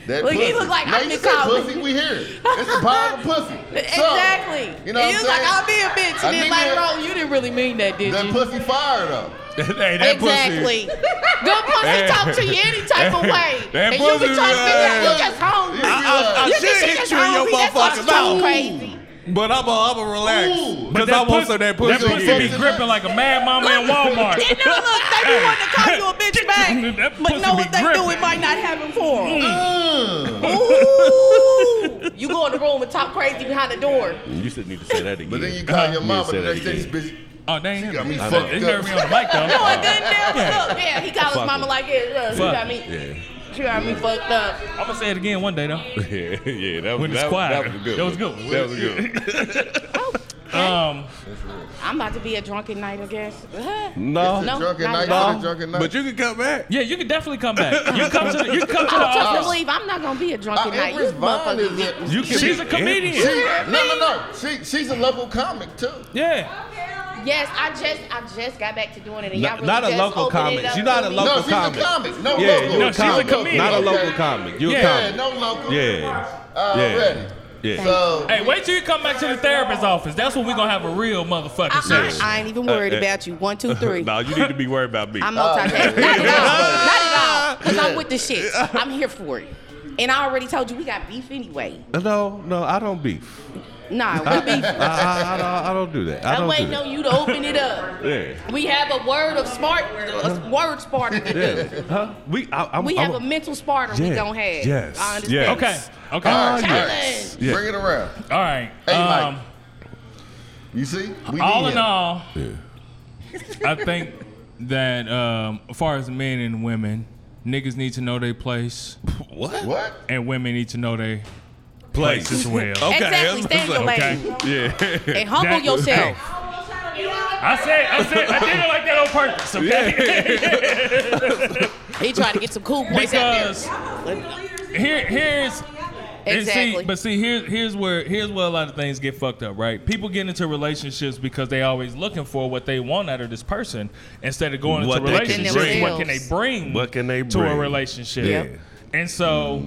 S1: That
S5: Look, he
S1: pussy.
S5: look like
S1: now,
S5: I'm
S1: you
S5: the
S1: said
S5: college.
S1: pussy. We here. It's the power of the pussy. So,
S5: exactly.
S1: You know what I'm
S5: it was like
S1: saying?
S5: I'll be a bitch,
S1: I
S5: and then
S1: need
S5: later
S1: that-
S5: on you didn't really mean that, did
S1: That
S5: you?
S1: pussy fired up.
S3: hey, that
S5: Exactly. Good pussy
S3: Hey.
S5: talk to you any type of way.
S3: That
S5: and you be
S3: pussy, Uh-uh.
S5: trying to figure out
S3: uh,
S5: you just hungry.
S1: I- I-
S3: I
S5: You
S3: should
S5: just-
S3: hit
S5: just
S3: you in your
S5: hungry. That's why
S3: motherfucking
S5: it's so
S3: mouth.
S1: Mm.
S5: Crazy.
S3: pussy, but I'm gonna I'm
S1: Ooh.
S3: relax
S2: But
S3: because I want
S2: pussy-
S3: some of that pussy.
S2: That pussy be
S3: again.
S2: gripping like a mad mama in Walmart.
S5: They know, look, they be wanting to call you a bitch back,
S2: That
S5: but
S2: pussy
S5: know
S2: be
S5: what they do,
S2: gripping.
S5: it might not happen for them.
S1: Mm.
S5: Ooh, you go in the room and talk crazy behind the door.
S3: You should need to say that again.
S1: But then you call your
S3: You
S1: mama
S3: said
S1: the
S3: that
S1: next day,
S3: again.
S1: bitch.
S2: Oh, they ain't
S1: She
S2: hear
S1: got me
S2: me.
S1: fucked
S2: They heard
S1: up.
S2: me on the mic
S5: Oh, I
S2: though.
S5: didn't know. Look, yeah, he called his
S3: Fuck
S5: mama
S3: it.
S5: like this. Look, she
S2: Fuck
S5: got me, she got me fucked up.
S2: I'm gonna say it again one day though.
S7: Yeah, yeah, that was
S2: When it's
S7: that, was-
S2: quiet.
S7: that was a good.
S2: That was good.
S7: one. That was a good. one.
S2: Um,
S5: I'm about to be a drunken night, I guess.
S3: No.
S5: No,
S1: Drunken
S5: not
S1: night,
S5: at all.
S1: not a drunken night.
S3: But you can come back.
S2: yeah, you can definitely come back. You can come to the, you can come to the
S5: I don't
S2: office.
S5: trust believe I'm not gonna be a
S1: Uh,
S5: drunken night. You
S1: Empress Vaughn
S5: motherfuckers.
S1: is a,
S3: You can
S2: She's a
S3: be-
S1: she,
S2: comedian.
S1: no, no, no. She, she's a local comic too.
S2: Yeah.
S5: Yes, I just I just got back to doing it, and y'all
S3: Not-
S5: really
S3: not a
S5: just
S3: local
S5: opened
S3: comic.
S5: it up
S3: She's not
S5: for
S3: a
S5: me.
S1: No,
S3: Local
S1: she's
S3: comic.
S1: a comic. No
S3: Yeah,
S1: local.
S3: you
S2: No,
S3: a
S2: she's a
S3: comic.
S2: comedian.
S3: Not a local
S1: Okay.
S3: comic. You a
S2: Yeah,
S1: Yeah,
S3: comic.
S1: no local.
S3: Yeah.
S1: Already.
S3: Yeah.
S1: So
S2: Hey, wait till you come back to the therapist's office. That's when we're gonna have a real motherfucking
S5: I,
S2: session.
S5: I, I ain't even worried
S7: Uh, uh,
S5: about you. One, two, three.
S7: no, you need to be worried about me.
S5: I'm multitasking. Not at all. Not at all. Because I'm with the shit. I'm here for it. And I already told you we got beef anyway.
S3: No, no, I don't beef.
S5: Nah, we beef.
S3: I, I, I, don't, I don't do that. I
S5: I'm
S3: don't do
S5: waiting
S3: that.
S5: on you to open it up.
S3: Yeah.
S5: We have a word of smart, a word spartan to do.
S3: Yeah. Huh? We, I, I'm,
S5: We
S3: I'm,
S5: have a mental spartan we
S3: Yeah.
S5: don't have.
S3: Yes.
S5: I
S7: Yeah.
S5: understand.
S2: Okay. Okay.
S1: Ah,
S2: All
S5: Challenge.
S3: Yeah.
S1: bring it around.
S2: right.
S1: Hey, Mike.
S2: Um,
S1: You see, we
S2: all
S1: need
S2: in
S1: him.
S2: all, I think that um, as far as men and women, niggas need to know their place,
S3: What?
S1: What?
S2: and women need to know their place as well.
S7: Okay,
S5: Exactly,
S7: that's-
S5: stand your
S7: that's- Yeah.
S5: lane and humble
S2: Exactly.
S5: yourself.
S2: I said, I said, I did it like that on purpose, okay?
S5: He trying to get some cool points out
S2: because here, here's.
S5: there.
S2: and see-
S5: Exactly.
S2: but see, here's here's where here's where a lot of things get fucked up, right? People get into relationships because they always looking for what they want out of this person instead of going
S3: What
S2: into
S3: they can
S2: relationships.
S5: bring.
S2: What can they bring?
S3: What can they
S2: to a
S3: bring?
S2: relationship?
S3: Yep.
S2: And so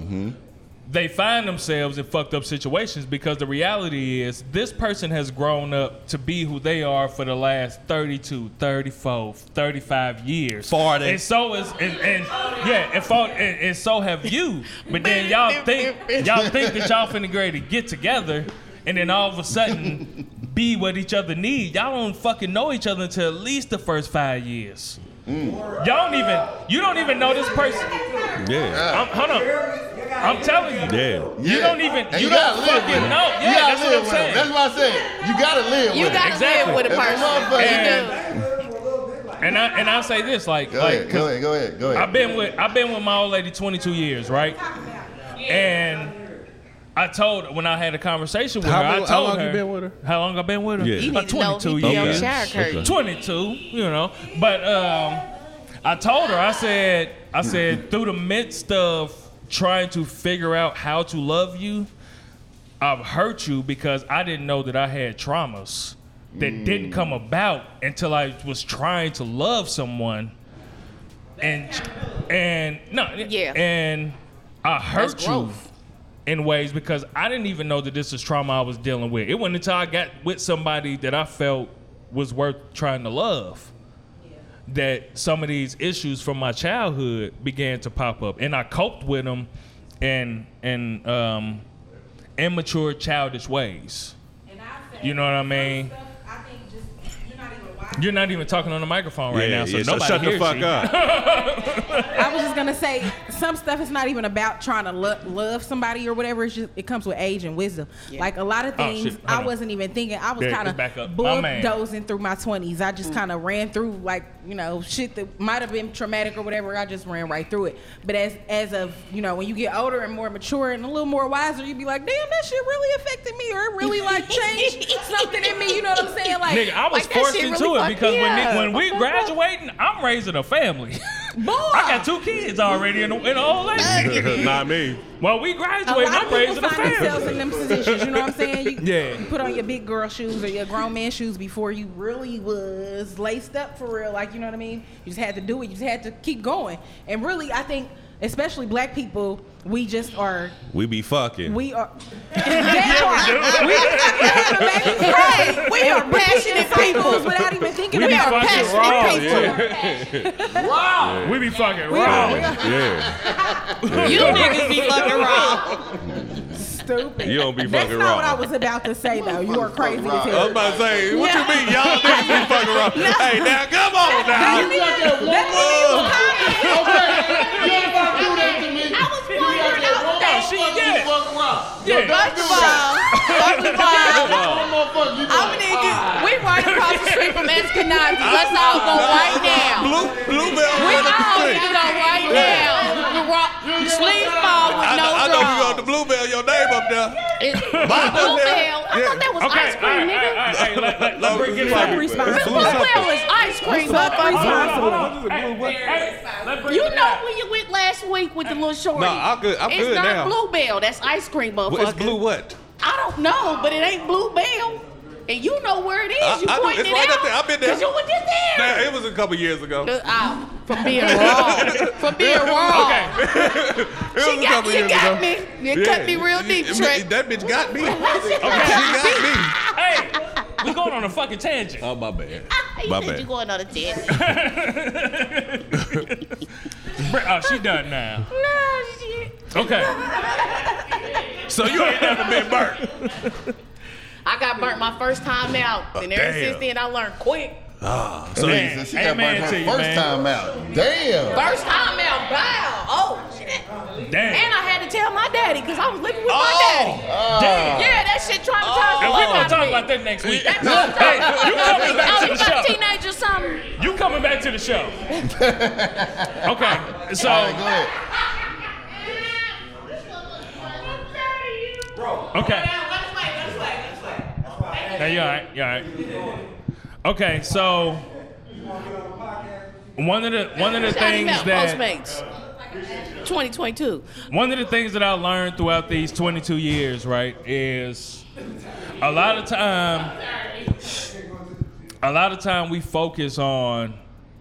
S2: they find themselves in fucked up situations because the reality is this person has grown up to be who they are for the last 32, 34, 35 years.
S3: 40.
S2: And so is and, and yeah, and, fo- and, and so have you. But then y'all think y'all think that y'all finna grade to get together and then all of a sudden be what each other need. Y'all don't fucking know each other until at least the first five years. Y'all don't even you don't even know this person.
S3: Yeah.
S2: I'm, hold on. I'm telling you.
S3: Yeah.
S2: You
S1: Yeah.
S2: don't even.
S1: And
S2: you
S1: gotta
S2: don't
S1: live
S2: fucking
S1: with it.
S2: know.
S1: you
S2: Yeah,
S1: gotta
S2: that's
S1: live
S2: what I'm
S1: with
S2: saying.
S1: It. That's what I said. You gotta live
S5: You
S1: with
S5: gotta
S1: it.
S2: Exactly.
S5: live with a
S1: If a
S5: person.
S1: motherfucker-
S5: You
S2: and I and I say this like
S1: Go
S2: like
S1: ahead. Go ahead. Go ahead. Go ahead.
S2: I've been with I've been with my old lady 22 years, right? And I told when I had a conversation with
S3: How
S2: her,
S3: long-
S2: I
S3: how
S2: told
S3: long
S2: her
S3: you been with her?
S2: How long I been with her?
S3: Yeah. You
S5: do. You
S2: Uh,
S5: need to know
S2: 22
S5: if you
S2: years.
S5: your
S3: years.
S5: shower curtain.
S2: 22, you know. But um, I told her, I said, I said, through the midst of trying to figure out how to love you, I've hurt you because I didn't know that I had traumas that didn't come about until I was trying to love someone. And and no,
S5: Yeah.
S2: and I hurt
S5: That's
S2: you
S5: growth.
S2: in ways because I didn't even know that this is trauma I was dealing with. It wasn't until I got with somebody that I felt was worth trying to love that some of these issues from my childhood began to pop up, and I coped with them in in um, immature, childish ways.
S4: And I say,
S2: You know what I mean?
S4: some stuff, I think just, you're not even wise.
S2: You're not even talking on the microphone right
S3: yeah,
S2: now, so
S3: yeah,
S2: nobody
S3: shut the
S2: hears
S3: fuck
S2: you.
S3: up.
S9: I was just gonna say some stuff is not even about trying to lo- love somebody or whatever. It's just it comes with age and wisdom. Like a lot of
S2: Oh,
S9: things,
S2: shit. Hold
S9: I
S2: on.
S9: wasn't even thinking. I was
S2: Yeah,
S9: kind
S2: it's back up.
S9: of
S2: My man.
S9: bulldozing through my twenties. I
S4: Mm.
S9: just kind of ran through like you know shit that might have been traumatic or whatever. I just ran right through it. But as as of you know when you get older and more mature and a little more wiser, you'd be like, damn, that shit really affected me or it really like changed something in me. You know what I'm saying? Like
S2: Nigga, I was
S9: like, that
S2: forced
S9: shit
S2: into
S9: really
S2: it
S9: fucked
S2: because
S9: me
S2: when
S9: up.
S2: ni- when we graduating, I'm raising a family.
S9: Boy.
S2: I got two kids already in the, in the old lady.
S7: Not me.
S2: Well, we
S9: a
S2: graduating,
S9: lot
S2: I'm
S9: of people
S2: raising a
S9: find themselves
S2: family.
S9: in them positions. You know what I'm saying? You,
S2: Yeah.
S9: you put on your big girl shoes or your grown man shoes before you really was laced up for real. Like you know what I mean? You just had to do it. You just had to keep going. And really, I think, especially black people, we just are.
S3: We be fucking.
S9: We are. That part, we, we are passionate people without even thinking
S2: We be
S9: about it.
S2: fucking wrong. yeah.
S8: Wow.
S2: Oh, We be fucking
S9: are-
S2: wrong. Oh,
S9: we are-
S7: Yeah.
S8: You niggas be fucking wrong.
S9: Stupid.
S7: You don't be
S9: That's
S7: fucking
S9: not
S7: wrong.
S9: what I was about to say though. You are crazy as
S7: I
S9: hell.
S7: was about to say, what
S9: Yeah.
S7: you mean? Y'all niggas be fucking wrong. Hey, now come on now.
S9: That nigga- that nigga was
S1: Okay. You ain't gonna do that to me.
S5: I was wondering out
S2: Oh,
S5: there.
S2: she, yeah.
S1: Fuck around.
S2: yeah.
S5: First of all, first of
S1: One
S5: all,
S1: motherfucker. You
S5: I'm
S1: gonna-
S5: niggas. We right across the street from Eskenazi. Let's all go right now.
S7: Blue, bluebell
S5: We
S7: right up the
S5: all need
S7: street.
S5: to go right now. The rock, sleep fall with
S7: I
S5: no
S7: know, I know you on the
S5: draws.
S7: bluebell, your name up there.
S5: It's Bluebell. I thought that was
S2: Okay,
S5: ice
S2: all right,
S5: cream,
S2: all right, all right,
S5: nigga.
S2: all right, let- let- let
S7: Look,
S2: Brick get
S7: you
S2: it
S7: like
S2: out.
S7: it,
S9: responsible.
S7: man.
S5: Bluebell is ice cream, motherfucker.
S2: Hold on, hold on. Hey, hey, let Brick
S5: You
S2: get it
S5: know
S2: out.
S5: when you went last week with the little shorty.
S7: No, I'm good- I'm
S5: it's
S7: good
S5: not
S7: now.
S5: Bluebell. That's ice cream,
S7: Well,
S5: motherfucker.
S7: It's blue what?
S5: I don't know, but it ain't Bluebell. And you know where it is.
S7: I-
S5: you
S7: I know.
S5: pointed
S7: It's
S5: it
S7: right
S5: out.
S7: up there. I've been there.
S5: 'Cause you were just there.
S7: Now, it was a couple years ago. It
S5: Uh, ah, for being wrong. For being wrong.
S2: Okay.
S7: was
S5: She
S7: a
S5: got,
S7: couple
S5: you
S7: years
S5: got
S7: ago.
S5: me. You cut me real deep,
S7: Yeah,
S5: Trent.
S7: That bitch got me. She
S5: Okay.
S7: got me.
S2: Hey, we going on a fucking tangent.
S7: Oh, my bad.
S5: You
S7: My
S5: said
S7: bad.
S5: you going on a tangent.
S2: Brick- Oh, she done now.
S5: no shit.
S2: Okay.
S7: So you ain't never been burnt.
S5: I got burnt my first time out. And ever
S7: Damn.
S5: since then, I learned quick.
S7: So
S2: Man.
S1: Jesus, she got
S2: Amen
S1: burnt her
S2: to you,
S1: first
S2: man.
S1: time out. Damn.
S5: First time out, bow. Oh, shit. And
S2: Damn.
S5: I had to tell my daddy because I was living with my
S7: Oh!
S5: daddy.
S2: Damn.
S5: Yeah, that shit traumatized
S2: Oh.
S5: the
S2: And we're
S5: fuck
S2: gonna
S5: out of
S2: talk
S5: me.
S2: about that next week.
S5: That's what I'm talking about.
S2: Hey, you coming back
S5: Oh,
S2: to
S5: you
S2: the show.
S5: got a teenager or something?
S2: You coming back to the show. Okay.
S1: All right,
S2: So
S1: go ahead.
S2: Okay.
S4: Let us wait, let us wait, let us wait.
S2: Hey, you all right? You all right? Okay, so one of the one of the
S5: Shout him
S2: things
S5: out,
S2: that
S5: Postmates. 2022.
S2: one of the things that I learned throughout these 22 years, right, is a lot of time a lot of time we focus on,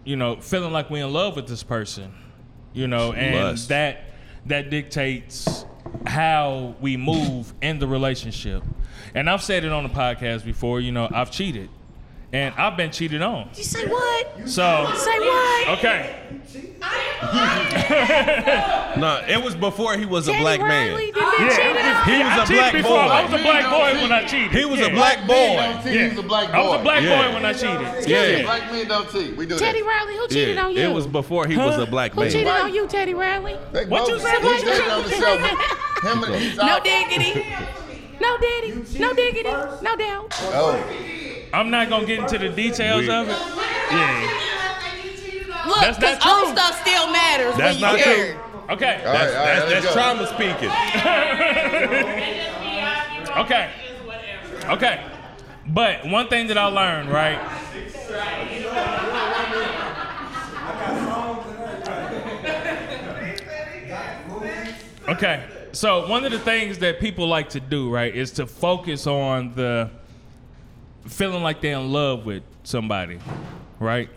S2: you know, feeling like we're in love with this person, you know, and
S3: Lust.
S2: that that dictates how we move in the relationship. And I've said it on the podcast before, you know, I've cheated. And I've been cheated on.
S5: You say what?
S2: So,
S5: Say what?
S2: okay.
S3: No, it was before he was a
S5: Teddy
S3: black
S5: Riley
S3: man.
S5: didn't get cheated on?
S3: He was a
S2: I cheated
S3: black
S2: before. I was a
S3: boy.
S2: black boy when I cheated.
S3: He was a
S2: Yeah.
S3: black boy.
S1: Don't cheat,
S2: Yeah.
S1: He's a black boy.
S2: I was a black
S3: Yeah.
S2: boy when I cheated.
S3: Yeah.
S1: Yeah, black men don't cheat. We do
S5: Teddy
S1: that.
S5: Riley, who cheated on you?
S3: It was before he was a black
S5: who
S3: man.
S5: cheated on you, Teddy Riley?
S1: They
S2: What you
S1: both-
S2: said,
S1: he
S2: what?
S1: cheated on the show. Him and he's
S5: No
S1: out.
S5: diggity. No daddy. No diggity. No doubt.
S1: Oh,
S2: I'm not gonna get into the details
S3: Weird.
S2: of it. Yeah.
S5: Look,
S2: That's not
S5: because old
S2: true.
S5: stuff still matters
S3: That's
S5: when
S3: not
S5: you
S3: true.
S5: married.
S2: Okay.
S1: all right, all
S3: That's,
S1: right,
S3: that's,
S1: let's
S3: that's
S1: go.
S3: trauma speaking.
S2: Okay. Okay. But one thing that I learned, right? Okay. So one of the things that people like to do, right, is to focus on the feeling like they're in love with somebody, right?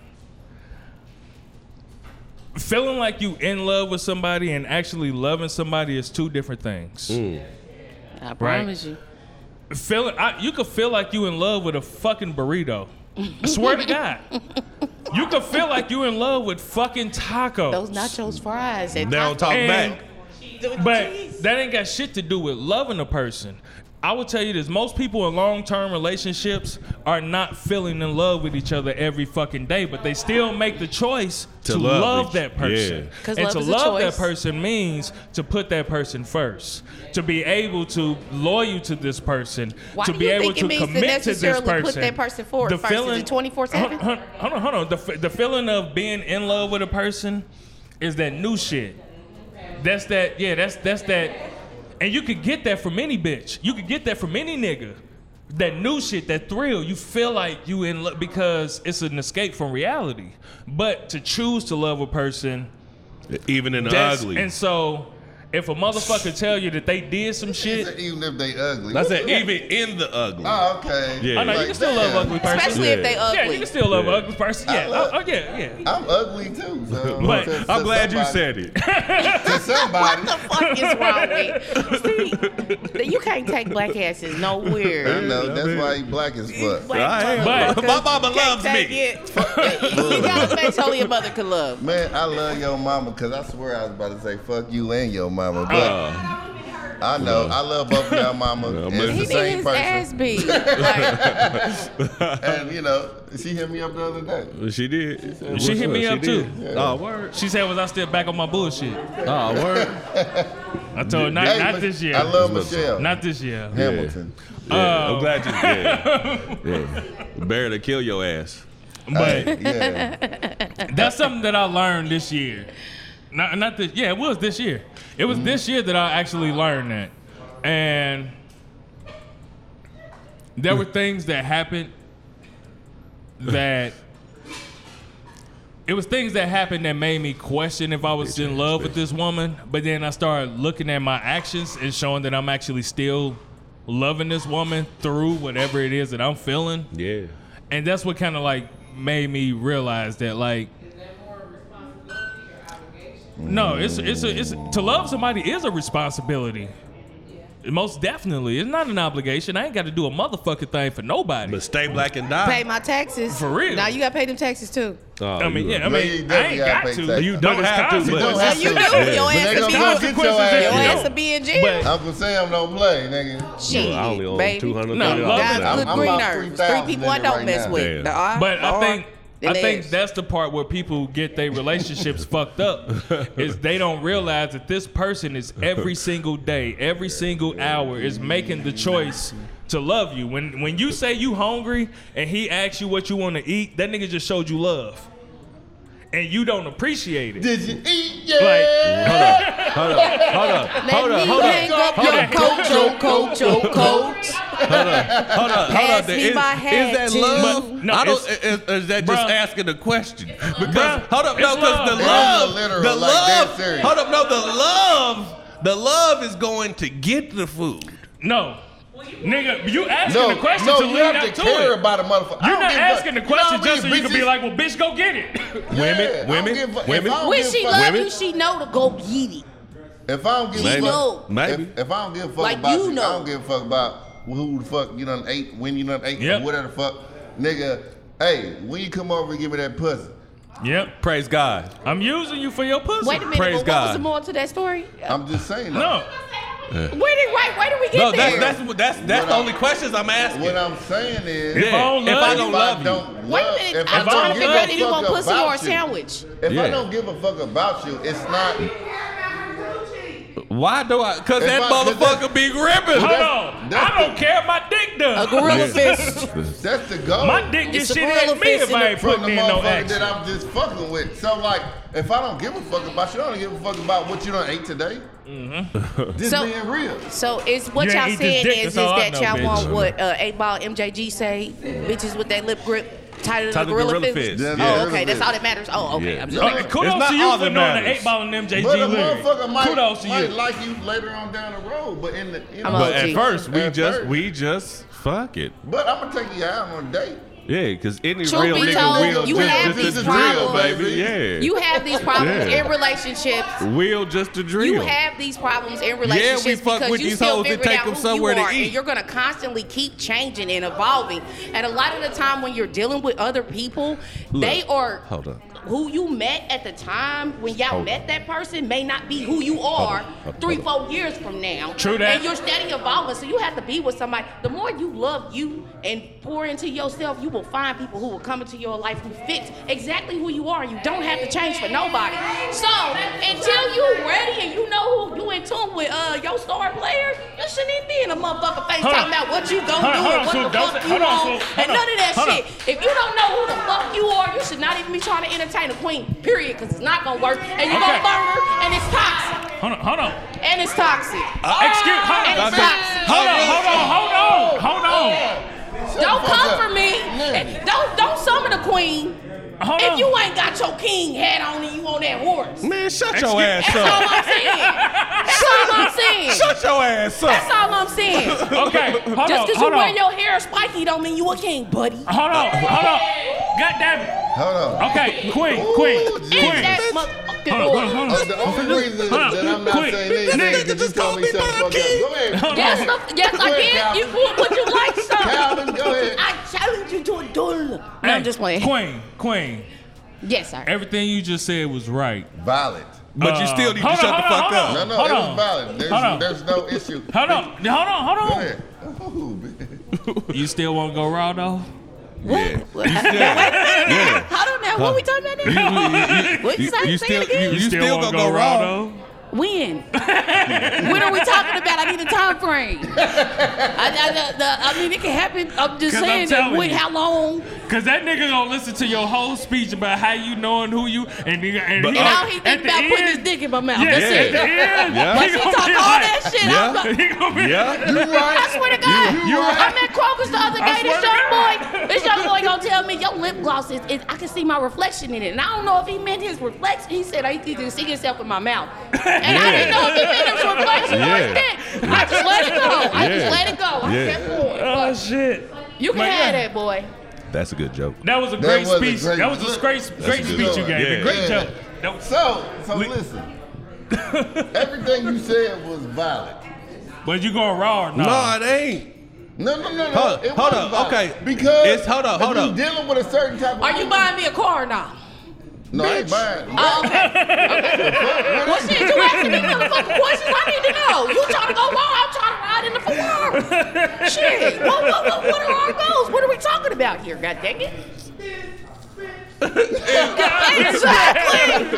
S2: Feeling like you in love with somebody and actually loving somebody is two different things
S5: I promise you.
S2: feeling I, you could feel like you in love with a fucking burrito. I swear to God. You could feel like you in love with fucking tacos.
S5: Those nachos fries. That
S3: Now
S5: taco-
S3: talk
S2: And-
S3: back.
S2: But that ain't got shit to do with loving a person. I will tell you this: most people in long-term relationships are not feeling in love with each other every fucking day, but they still make the choice to,
S3: To
S2: love,
S3: love each-
S2: that person.
S3: yeah.
S5: 'Cause
S2: And
S5: love
S2: to
S5: is a
S2: love that
S5: choice.
S2: person means to put that person first, to be able to loyal to this person,
S5: Why
S2: to
S5: do
S2: be
S5: you
S2: able
S5: think it
S2: to
S5: means to
S2: commit to this
S5: necessarily
S2: person.
S5: put that person forward first? Is it 24/7?
S2: Hold, hold on, hold on. The, f- the feeling of being in love with a person is that new shit. That's that. Yeah, that's that's that. And you could get that from any bitch. You could get that from any nigga. That new shit, that thrill. You feel like you in love because it's an escape from reality. But to choose to love a person,
S3: Even in the
S2: that's-
S3: ugly.
S2: And so, if a motherfucker tell you that they did some shit,
S1: even if they ugly.
S3: I said even in the ugly.
S1: Oh, okay.
S3: Yeah.
S2: I know you
S1: Like,
S2: can still love
S1: damn,
S2: ugly person.
S5: Especially if
S3: Yeah.
S5: they ugly.
S2: yeah, you can still love
S3: Yeah.
S2: an ugly person. Yeah,
S1: love-
S2: oh, oh, yeah, yeah.
S1: I'm ugly too. So
S2: But
S1: to- to
S3: I'm glad you
S1: somebody-
S3: said it.
S1: To somebody.
S5: What the fuck is wrong with you? See, you can't take black asses
S1: I
S5: nowhere.
S1: know. That's why he black as fuck.
S5: Black
S3: I am.
S2: But-
S3: my mama loves
S5: take
S3: me.
S5: it. you gotta face only your mother could love.
S1: Man, I love your mama because I swear I was about to say fuck you and your mama, but
S3: Uh,
S1: I know I love both of y'all mama.
S3: No,
S1: and
S3: but-
S1: it's
S5: He
S1: the
S5: did
S1: same
S5: his
S1: person.
S5: ass beat. Like,
S1: And you know, she hit me up the other day.
S3: she did.
S2: She hit me up too.
S3: Oh word.
S2: She said, "Was I still back on my bullshit?"
S3: Oh word.
S2: I told her, not,
S1: Hey,
S2: not
S1: but
S2: this year.
S1: I love Michelle
S2: Not this year.
S1: Hamilton.
S3: Yeah, I'm glad you. Yeah. yeah. Better to kill your ass.
S2: But
S1: Yeah.
S2: that's something that I learned this year. Not, not this. Yeah, it was this year. It was this year that I actually learned that, and there were things that happened that it was things that happened that made me question if I was in love with this woman. But then I started looking at my actions and showing that I'm actually still loving this woman through whatever it is that I'm feeling
S3: Yeah.
S2: and that's what kind of like made me realize that like no it's it's a, it's to love somebody is a responsibility most definitely it's not an obligation i ain't got to do a motherfucking thing for nobody
S3: But stay black and die.
S5: pay my taxes.
S2: For real.
S5: Now you gotta pay them taxes too.
S3: Oh,
S2: i mean
S3: you-
S2: yeah i
S1: No,
S2: mean
S1: you
S2: i
S1: definitely
S2: ain't
S1: gotta
S2: got
S1: pay
S2: to
S1: taxes.
S3: You don't
S2: it's
S3: have to,
S2: consequences.
S3: but-
S1: don't
S5: So
S1: have
S5: you do.
S1: to. Yeah.
S5: Your
S1: But they
S5: ass
S1: gonna
S5: to be.
S1: come get
S5: Your
S2: Consequences
S1: your
S2: if
S1: ass.
S2: you
S5: ass
S2: don't.
S5: to be in jail.
S2: But-
S1: Uncle Sam don't play, nigga.
S5: Shit,
S3: I only own
S5: baby.
S3: two hundred.
S2: No, love
S5: God's
S2: I'm-
S5: good
S1: I'm
S5: green
S1: about
S5: nerves.
S1: 3,000
S5: Three people I
S1: in it
S5: don't
S1: right
S5: mess
S1: now.
S5: with.
S3: Yeah.
S5: The R,
S2: But
S5: the
S2: I
S5: R,
S2: think
S5: and
S2: I
S5: the
S2: think
S5: S.
S2: that's the part where people get their relationships fucked up is they don't realize that this person is every single day, every single hour is making the choice to love you. When when you say you hungry and he asks you what you want to eat, that nigga just showed you love. and you don't appreciate it.
S1: Did you eat? Yeah.
S2: Like-
S3: Hold up, hold up, hold up, hold up, hold up,
S5: hang up your coat, your coat, your coat.
S3: hold up, hold
S5: Pass
S3: up. Is,
S5: me my hat,
S3: is that
S5: too.
S3: love?
S2: But- no,
S3: I don't.
S2: it's-
S3: Is, is that just
S2: Bruh.
S3: asking a question? Because
S2: Bruh,
S3: hold up, no,
S2: it's
S3: because
S2: love.
S3: the
S2: It's
S3: love,
S1: not literal
S3: the
S1: like that,
S3: love.
S1: serious.
S3: hold up, no, the love, the love is going to get the food.
S2: No. Nigga, you asking
S1: No,
S2: the question
S1: no,
S2: to
S1: you
S2: lead
S1: have
S2: up
S1: to
S2: to
S1: care
S2: it.
S1: about a motherfucker. I
S2: You're
S1: don't
S2: not
S1: give a-
S2: asking the question
S1: You know
S2: just so
S1: what I
S2: you can
S1: mean?
S2: be like, well, bitch, go get it.
S1: Bitches-
S3: Women,
S1: I don't
S3: women,
S1: give a- if
S3: women.
S1: I don't
S5: When
S1: give a
S5: she
S1: fuck-
S5: love
S3: Women?
S5: you, she know to go get it.
S1: If I don't give
S5: Maybe.
S1: a fuck,
S3: Maybe.
S1: If, if I don't give a fuck
S5: Like,
S1: about
S5: you
S1: you, I
S5: know.
S1: don't give a fuck about who the fuck you done ate, when you done ate,
S2: Yep.
S1: or whatever the fuck, nigga. Hey, when you come over and give me that pussy,
S2: yep.
S3: Praise God.
S2: I'm using you for your pussy.
S5: Wait a minute,
S3: Praise
S5: but what
S3: God.
S5: was the moral to that story?
S1: I'm just saying. that.
S2: No.
S5: Where did right? Where did we get
S3: No,
S5: there?
S3: that's that's what- that's that's
S1: What
S3: the
S1: I-
S3: only questions I'm asking.
S1: What I'm saying is,
S2: If I don't
S3: if
S2: love
S3: I
S2: you,
S3: don't
S1: if
S3: love
S1: I
S3: you,
S1: don't
S5: Wait
S1: love-
S5: a
S1: if
S5: minute,
S1: I
S5: I'm trying
S1: don't
S5: to figure
S1: give
S5: out if you
S1: fuck
S5: gonna pussy or a
S1: about you-
S5: sandwich.
S1: If
S3: Yeah.
S1: I don't give a fuck about you, it's not.
S3: Why do I? Cause
S1: If
S3: that
S1: I-
S3: motherfucker be ripping.
S2: Hold
S1: That's-
S2: on.
S1: that's
S2: I don't
S1: the-
S2: care if my dick
S5: A
S2: does.
S5: gorilla fist.
S1: That's the goal.
S2: My dick gets
S5: It's a
S2: shit
S5: gorilla
S2: at me
S5: fist
S2: if
S5: in
S2: I
S5: the-
S2: ain't
S1: from
S2: putting
S1: the
S2: in no
S1: motherfucker
S2: action.
S1: that I'm just fucking with. So like, if I don't give a fuck about you, I don't give a fuck about what you done ate today.
S2: Mm-hmm.
S1: Just
S5: So-
S1: being real.
S5: So it's what
S2: You ain't
S5: y'all
S2: eat this
S5: saying
S2: dick, that's
S5: is, is
S2: all I
S5: that
S2: know,
S5: y'all
S2: bitch.
S5: want what uh, eight ball MJG say, bitches with that lip grip tighter
S3: Tighter
S5: than a
S3: than
S5: gorilla,
S3: gorilla
S5: fist.
S3: fist.
S1: Yeah,
S5: Oh,
S1: gorilla
S5: okay, that's
S1: fist.
S5: all that matters. Oh, okay,
S3: Yeah.
S5: I'm
S1: No,
S5: sorry.
S1: it's
S2: Uh, Kudos
S3: It's not
S2: to you
S3: all
S2: for
S3: that
S2: knowing the
S3: matters.
S2: eight ball and MJG
S1: But a
S2: lyrics.
S1: motherfucker might,
S2: Kudos to
S1: might
S2: you.
S1: like you later on down the road, but in the you know,
S5: I'm
S3: But
S5: Oh,
S3: at
S5: gee.
S3: first we
S1: At
S3: just
S1: first.
S3: we just fuck it.
S1: But I'm gonna take you out on a date.
S3: Yeah, cause any
S5: Truth
S3: real
S5: be
S3: nigga
S5: told,
S3: will
S5: you
S3: just,
S5: have
S3: just
S5: these
S3: a drill,
S5: problems.
S3: baby. Yeah.
S5: You have these problems
S3: Yeah.
S5: in relationships.
S3: will just a drill.
S5: You have these problems in relationships
S3: we fuck
S5: because
S3: with
S5: you
S3: these
S5: still
S3: hoes that
S5: figuring
S3: take
S5: out
S3: them
S5: who
S3: somewhere
S5: you
S3: to
S5: are,
S3: eat.
S5: and you're gonna constantly keep changing and evolving. And a lot of the time, when you're dealing with other people, they
S3: Look,
S5: are
S3: hold on.
S5: who you met at the time when y'all
S3: Hold
S5: met that person may not be who you are
S3: on, hold on,
S5: three,
S3: hold
S5: four years from now.
S2: True that.
S5: And you're steady evolving, so you have to be with somebody. The more you love you and pour into yourself, you will find people who will come into your life who fits exactly who you are. You don't have to change for nobody. So until you ready and you know who you in tune with, uh, your star players, you shouldn't even be in a motherfucker face
S2: Hold on.
S5: talking about what you gonna
S2: Hold
S5: do
S2: on,
S5: and
S2: hold
S5: what
S2: on,
S5: the
S2: Sue, don't
S5: fuck
S2: say-
S5: you
S2: hold on,
S5: on
S2: Sue, hold
S5: and
S2: on,
S5: none of that
S2: hold on.
S5: shit. If you don't know who the fuck you are, you should not even be trying to entertain a queen, period, because it's not gonna work. And you're
S2: Okay.
S5: gonna burn her, and it's toxic.
S2: Hold on, hold on.
S5: And it's toxic.
S2: Uh, Excuse, hold
S5: and
S2: on.
S5: it's toxic.
S2: Hold on, hold on, hold on, hold on.
S5: Don't come
S1: up.
S5: for me.
S1: Nigga.
S5: Don't don't summon a queen.
S2: Hold
S5: if
S2: on.
S5: you ain't got your king hat on and you on that horse.
S3: Man, shut
S2: Excuse-
S3: your ass
S5: That's all
S3: up.
S5: I'm saying. That's all I'm saying.
S3: Shut your ass
S5: That's
S3: up.
S5: all I'm saying.
S2: Okay, hold on,
S5: Just because you
S2: hold
S5: wear
S2: on.
S5: your hair spiky don't mean you a king, buddy.
S2: Hold on, hold on. God damn it.
S1: Hold on.
S2: Okay, Queen,
S1: Ooh,
S2: Queen,
S1: Jesus.
S5: Is
S2: Queen.
S5: that motherfucking
S2: Hold on, hold on, hold
S5: order?
S1: Uh,
S2: on.
S1: the only reason
S2: Hold on,
S1: that I'm not
S2: quick.
S1: saying this
S2: Nigga,
S1: is because you told me shut the fuck up. Go ahead.
S5: Yes, the- yes, I
S1: Go ahead,
S5: can.
S1: Calvin.
S5: You would, would you like some?
S1: Calvin, go ahead.
S5: I challenge you to a duel. No,
S2: Hey,
S5: I'm just playing.
S2: Queen, Queen.
S5: Yes, sir.
S2: Everything you just said was right.
S1: Violent.
S3: But you
S2: Uh,
S3: still need to
S2: hold on,
S3: shut the
S2: hold on,
S3: fuck
S2: hold
S3: up.
S1: No, no,
S2: Hold
S1: it
S2: on.
S1: was violent. There's,
S2: Hold on.
S1: there's no issue.
S2: Hold on, hold on,
S1: Go
S2: hold on.
S1: ahead. Ooh, bitch.
S2: You still want to go raw though?
S3: Yeah.
S5: What? Hold on now. What we talking about now? What you
S3: You-
S5: say?
S3: you
S5: say
S3: still-
S5: it again.
S3: You still
S2: wanna
S3: gonna go raw?
S5: when? when are we talking about? I need a time frame. I, I, the- the- I mean, it can happen. I'm just
S2: 'Cause I'm
S5: saying. that
S2: telling
S5: when,
S2: you.
S5: how long?
S2: Cause that nigga gonna listen to your whole speech about how you know and who you and nigga and,
S3: But,
S2: he,
S3: uh,
S5: And all he
S2: at
S5: think
S2: the
S5: about putting his
S2: end-
S5: dick in my mouth.
S2: Yeah,
S5: That's
S2: at
S5: it.
S2: the end,
S3: Yeah.
S5: But
S2: he
S5: she
S2: gonna
S5: talk all
S2: be like-
S5: that shit. I'm
S3: Yeah.
S5: like,
S2: He gonna be
S3: Yeah.
S1: You
S5: I
S1: right.
S5: swear to God,
S2: you right.
S5: I'm at Kroger's the other
S2: I
S5: day. This
S2: swear to
S5: young boy,
S2: God.
S5: this young boy gonna tell me your lip gloss is. is- I can see my reflection in it, and I don't know if he meant his reflection. He said I can see yourself in my mouth, and I didn't know if he meant his reflection or
S3: Yeah.
S5: his dick. I just let it go. I
S3: Yeah.
S5: just let it go. I
S3: Yeah.
S5: kept going.
S2: Oh shit.
S5: You can
S2: My
S5: have
S2: God.
S5: that boy.
S3: That's a good joke.
S2: That was a great
S1: was a
S2: speech.
S1: great-
S2: that was a great, great
S3: a good
S2: speech you
S1: one.
S2: gave.
S3: Yeah.
S2: A great
S1: Yeah.
S2: joke. That was-
S1: So, so listen. Everything you said was violent.
S2: But you going raw or
S3: No,
S2: not?
S3: it ain't.
S1: No, no, no, no.
S3: Hold-
S1: it
S3: hold
S1: was
S3: up,
S1: violent.
S3: okay.
S1: Because
S3: It's- hold up,
S1: if
S3: hold
S1: you
S3: up.
S1: dealing with a certain type of
S5: Are you
S1: woman-
S5: buying me a car or not?
S1: No, I ain't buying.
S5: Oh, okay. okay. well, shit, you asking me motherfucking questions I need to know. You trying to go long, I'm trying to ride in the Ferrari. shit, what, what, what, what are our goals? What are we talking about here, god dang it? exactly.
S3: Oh,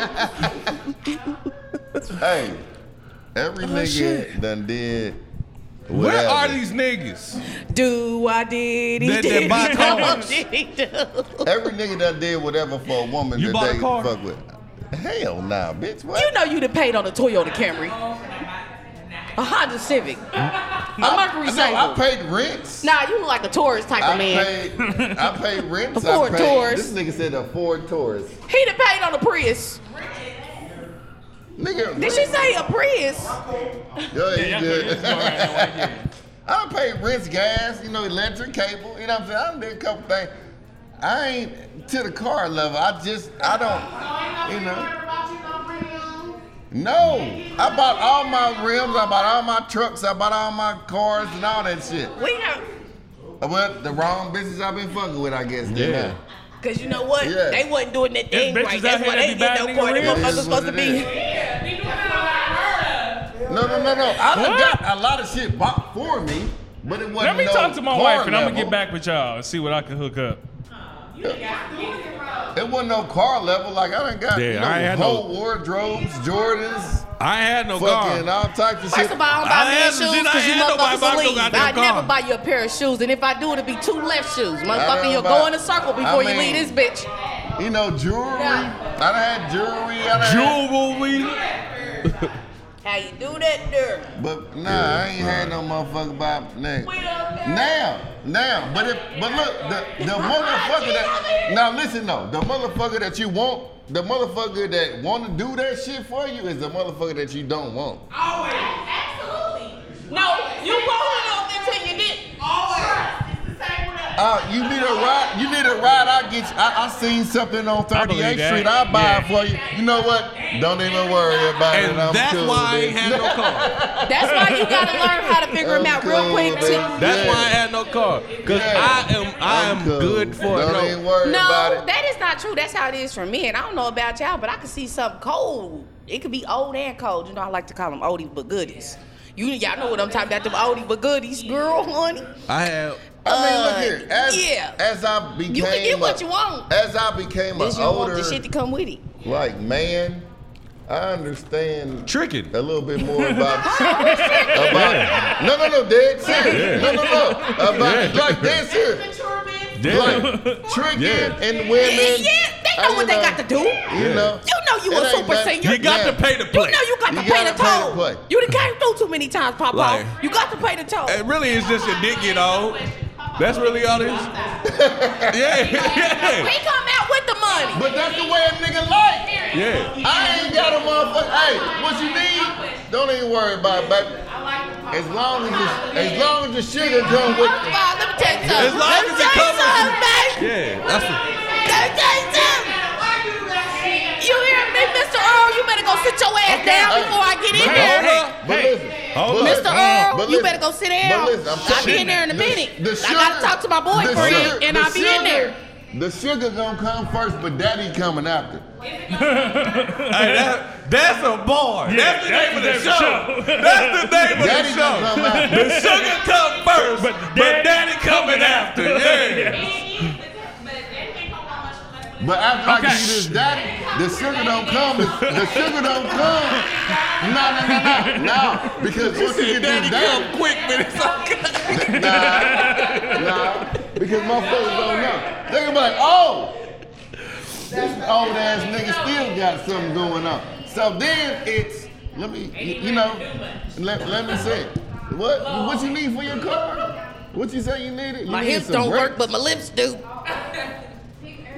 S1: Hey, every nigga done did
S3: Where
S1: Whatever.
S3: are these niggas?
S5: Do I did
S3: That- that box office.
S1: Every nigga that did whatever for a woman
S3: You
S1: that
S3: bought a
S1: they
S3: car?
S1: fuck with. Hell nah, bitch. What?
S5: You know you'd have paid on a Toyota Camry, a Honda Civic, a Mercury
S1: no, I
S5: Saver.
S1: paid rents.
S5: Nah, you look like a tourist type
S1: I
S5: of man.
S1: paid. I paid rents.
S5: A Ford
S1: I paid,
S5: Taurus.
S1: This nigga said a Ford Taurus.
S5: He'd have paid on a Prius.
S1: Nigga,
S5: Did she say a Prius?
S1: Yeah, you
S2: Yeah,
S1: good.
S2: that's what it's going right now, right here.
S1: I paid rents, gas, you know, electric, cable. You know what I'm saying? I done did a couple things. I ain't to the car level. I just I don't. You know. No, I bought all my rims. I bought all my trucks. I bought all my cars and all that shit.
S5: We know.
S1: Well, the wrong bitches I've been fucking with, I guess. then,
S3: Yeah.
S1: huh?
S5: Cause you know what?
S1: Yeah.
S5: They wasn't doing that thing
S2: bitches
S5: right.
S2: out
S5: That's
S2: here
S5: why
S2: that
S5: they
S2: be buying
S5: get no
S2: nigga
S5: car. They
S1: rings.
S5: motherfuckers
S1: It is
S5: supposed to
S1: what
S5: be.
S1: it is. No, no, no, no. I done got a lot of shit bought for me, but it wasn't.
S2: Let me
S1: no
S2: talk to my
S1: car
S2: wife and I'm gonna
S1: level.
S2: get back with y'all and see what I can hook up.
S1: It wasn't no car level. Like I done got
S3: Yeah,
S1: you know,
S3: I ain't had Oh,
S1: whole wardrobes, Jordans,
S3: I ain't had no
S1: fucking
S3: car.
S1: all types of
S5: First
S1: shit.
S5: of all, I
S3: I
S5: don't buy men
S3: asked you,
S5: shoes
S3: I
S5: because you
S3: ain't nobody
S5: motherfuckers
S3: buy no
S5: will leave.
S3: goddamn
S5: I never
S3: car.
S5: buy you a pair of shoes, and if I do, it'll be two left shoes.
S1: I
S5: Motherfucker,
S1: don't
S5: you'll
S1: buy-
S5: go in a circle before
S1: I
S5: you
S1: mean-
S5: leave this bitch.
S1: you know, jewelry.
S5: Yeah.
S1: I done had jewelry. I done had,
S3: Jewelry.
S5: How you do that, there?
S1: but nah, I ain't had no motherfucker buy nigga. Now, now, but if but look, the the motherfucker that now listen though, the motherfucker that you want. The motherfucker that want to do that shit for you is the motherfucker that you don't want.
S5: No, you won't it until you did.
S1: Uh, you need a ride. You need a ride. I get. You. I, I seen something on
S2: I believe
S1: 38th
S2: that.
S1: Street. I will buy
S2: Yeah.
S1: it for you. You know what? Don't even worry about it.
S3: And
S1: I'm
S3: that's
S1: cool
S3: why I
S1: with
S3: ain't had no car.
S5: That's why you gotta learn how to figure them out real
S1: Okay,
S5: quick.
S1: baby.
S5: To,
S3: That's
S1: Yeah.
S3: why I had no car. Cause
S1: Yeah.
S3: I am I
S1: I'm
S3: am
S1: cool.
S3: good for
S1: Don't
S3: no.
S1: even worry about
S5: no,
S1: it.
S5: that is not true. That's how it is for me, and I don't know about y'all, but I can see something cold. It could be old and cold. You know, I like to call them oldie but goodies. You y'all know what I'm talking about? Them oldie but goodies, girl, honey.
S3: I had
S1: I mean, look
S5: Uh,
S1: here. As,
S5: yeah.
S1: as I became,
S5: You can get what
S1: a-
S5: you want.
S1: As I became an
S5: Just you don't want
S1: older,
S5: the shit to come with it.
S1: like man, I understand
S3: tricking.
S1: a little bit more about about no, no, no, dead serious. No, no, no, about
S3: Yeah.
S1: like dead serious.
S3: Damn.
S1: Like tricking
S3: Yeah.
S1: and women.
S5: yeah, they know
S1: I,
S5: what they
S1: you
S5: got to do. You
S1: You know.
S3: Yeah.
S5: know you
S1: It
S5: a
S1: ain't
S5: super
S1: nothing.
S5: singer.
S3: You got
S1: Yeah.
S3: to pay to
S5: You know
S3: play.
S5: Oh, you got to
S1: You
S5: pay
S1: gotta
S5: the
S1: pay to
S5: toll.
S1: play.
S5: You done came through too many times, Papa.
S3: Liar.
S5: You got to pay the toll.
S3: It really is just your dick get old. That's really all it is. Yeah,
S5: He come out with the money.
S1: But that's the way a nigga like.
S3: yeah, yeah.
S1: I ain't got a motherfucker. Hey, what you need? Don't even worry about it, baby. As long as the, as long as the sugar come with
S5: First of all, let me tell you something.
S3: As long
S5: Let
S3: as
S5: me
S3: it
S5: tell you
S3: covers
S5: something, babe.
S3: Yeah, that's what,
S5: Let me tell you something. You hear me, Mr. Earl? You better go sit your ass down
S1: Hey,
S5: before I get in
S1: but
S5: there.
S1: Hold up. But
S2: Hey,
S1: listen.
S3: hold
S1: but
S3: up.
S5: Mr. Earl,
S1: but
S5: you
S1: listen,
S5: better go sit down.
S1: But listen, I'm
S5: I'll be
S1: telling
S5: in there in a
S1: you,
S5: minute.
S1: the
S5: I gotta
S1: sugar-
S5: talk to my
S1: the
S5: boyfriend,
S1: sugar-
S5: and
S1: the
S5: I'll be in
S1: sugar-
S5: there.
S1: The sugar gonna come first, but daddy coming after.
S3: Hey, that, that's a bar. that's the name of the show. That's the name of
S1: Daddy gonna
S3: the
S1: come
S3: show.
S1: after.
S3: The sugar come first, but
S2: But
S3: daddy,
S2: daddy-
S3: coming after. Yeah.
S1: But after I
S2: Okay.
S1: give you this daddy, the sugar don't come. The, the sugar don't come. No, no, no, no, no. Because once you get this daddy,
S3: Come quick, but it's okay.
S1: Nah, nah. Because motherfuckers don't know. They gonna be like, oh, this old ass nigga still got something going on. So then it's, let me, you, you know, let, let me say, it. what what you need for your car? What you say you needed? You
S5: My
S1: need
S5: hips
S1: some
S5: don't
S1: brakes.
S5: work, but my lips do.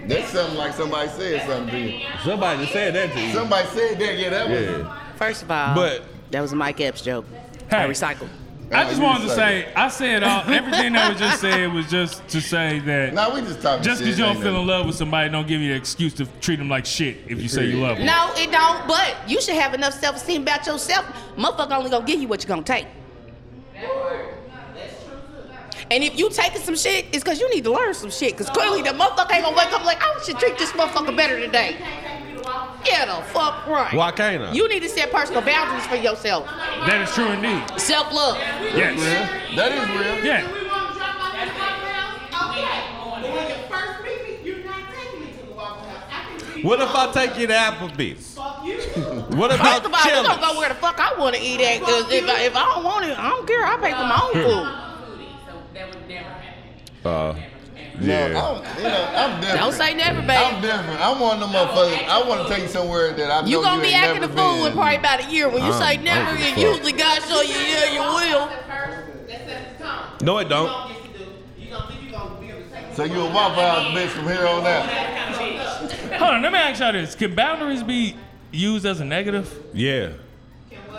S1: That's something like somebody said something to you.
S3: Somebody just said that to you.
S1: Somebody said that, yeah, that was.
S3: Yeah.
S5: First of all,
S3: But-
S5: that was a Mike Epps joke. I
S2: Hey.
S5: recycled.
S2: I
S1: Oh,
S2: just
S1: you
S2: wanted to
S1: just like
S2: say, I said all, everything that was just said was just to say that
S1: Now we just talking
S2: just
S1: shit.
S2: because you don't
S1: ain't
S2: feel in
S1: nothing.
S2: love with somebody, don't give you the excuse to treat them like shit if you say you love them.
S5: No, it don't. But you should have enough self esteem about yourself. Motherfucker only gonna give you what you gonna take. And if you taking some shit, it's cause you need to learn some shit. Cause clearly the motherfucker ain't gonna wake up like I should treat this motherfucker better today. Yeah, the fuck right.
S3: Why can't I?
S5: You need to set personal boundaries for yourself.
S2: That is true indeed.
S5: Self love.
S2: Yes.
S1: Yeah, that is real.
S2: Yeah.
S3: What if I take you to Applebee's? What about
S5: First of all, I'm gonna
S3: chili?
S5: go where the fuck I want to eat at. Cause if I, if I don't want it, I don't care. I pay for my
S3: Hmm.
S5: own food.
S7: Uh,
S1: No,
S7: yeah.
S1: I'm, you know, I'm different.
S5: Don't say never,
S1: I'm
S5: baby.
S1: different. I'm one of them motherfuckers. I want to take you somewhere that I know
S5: You gonna
S1: you
S5: be
S1: ain't
S5: acting a
S1: never
S5: fool in
S1: been.
S5: probably about a year. When you
S3: I'm-
S5: say never,
S3: I'm
S5: it
S3: fucked.
S5: usually God show you yeah you will.
S3: No, it don't.
S1: So you a Waffle House bitch from here on out.
S2: Hold on, let me ask y'all this: Can boundaries be used as a negative?
S3: Yeah.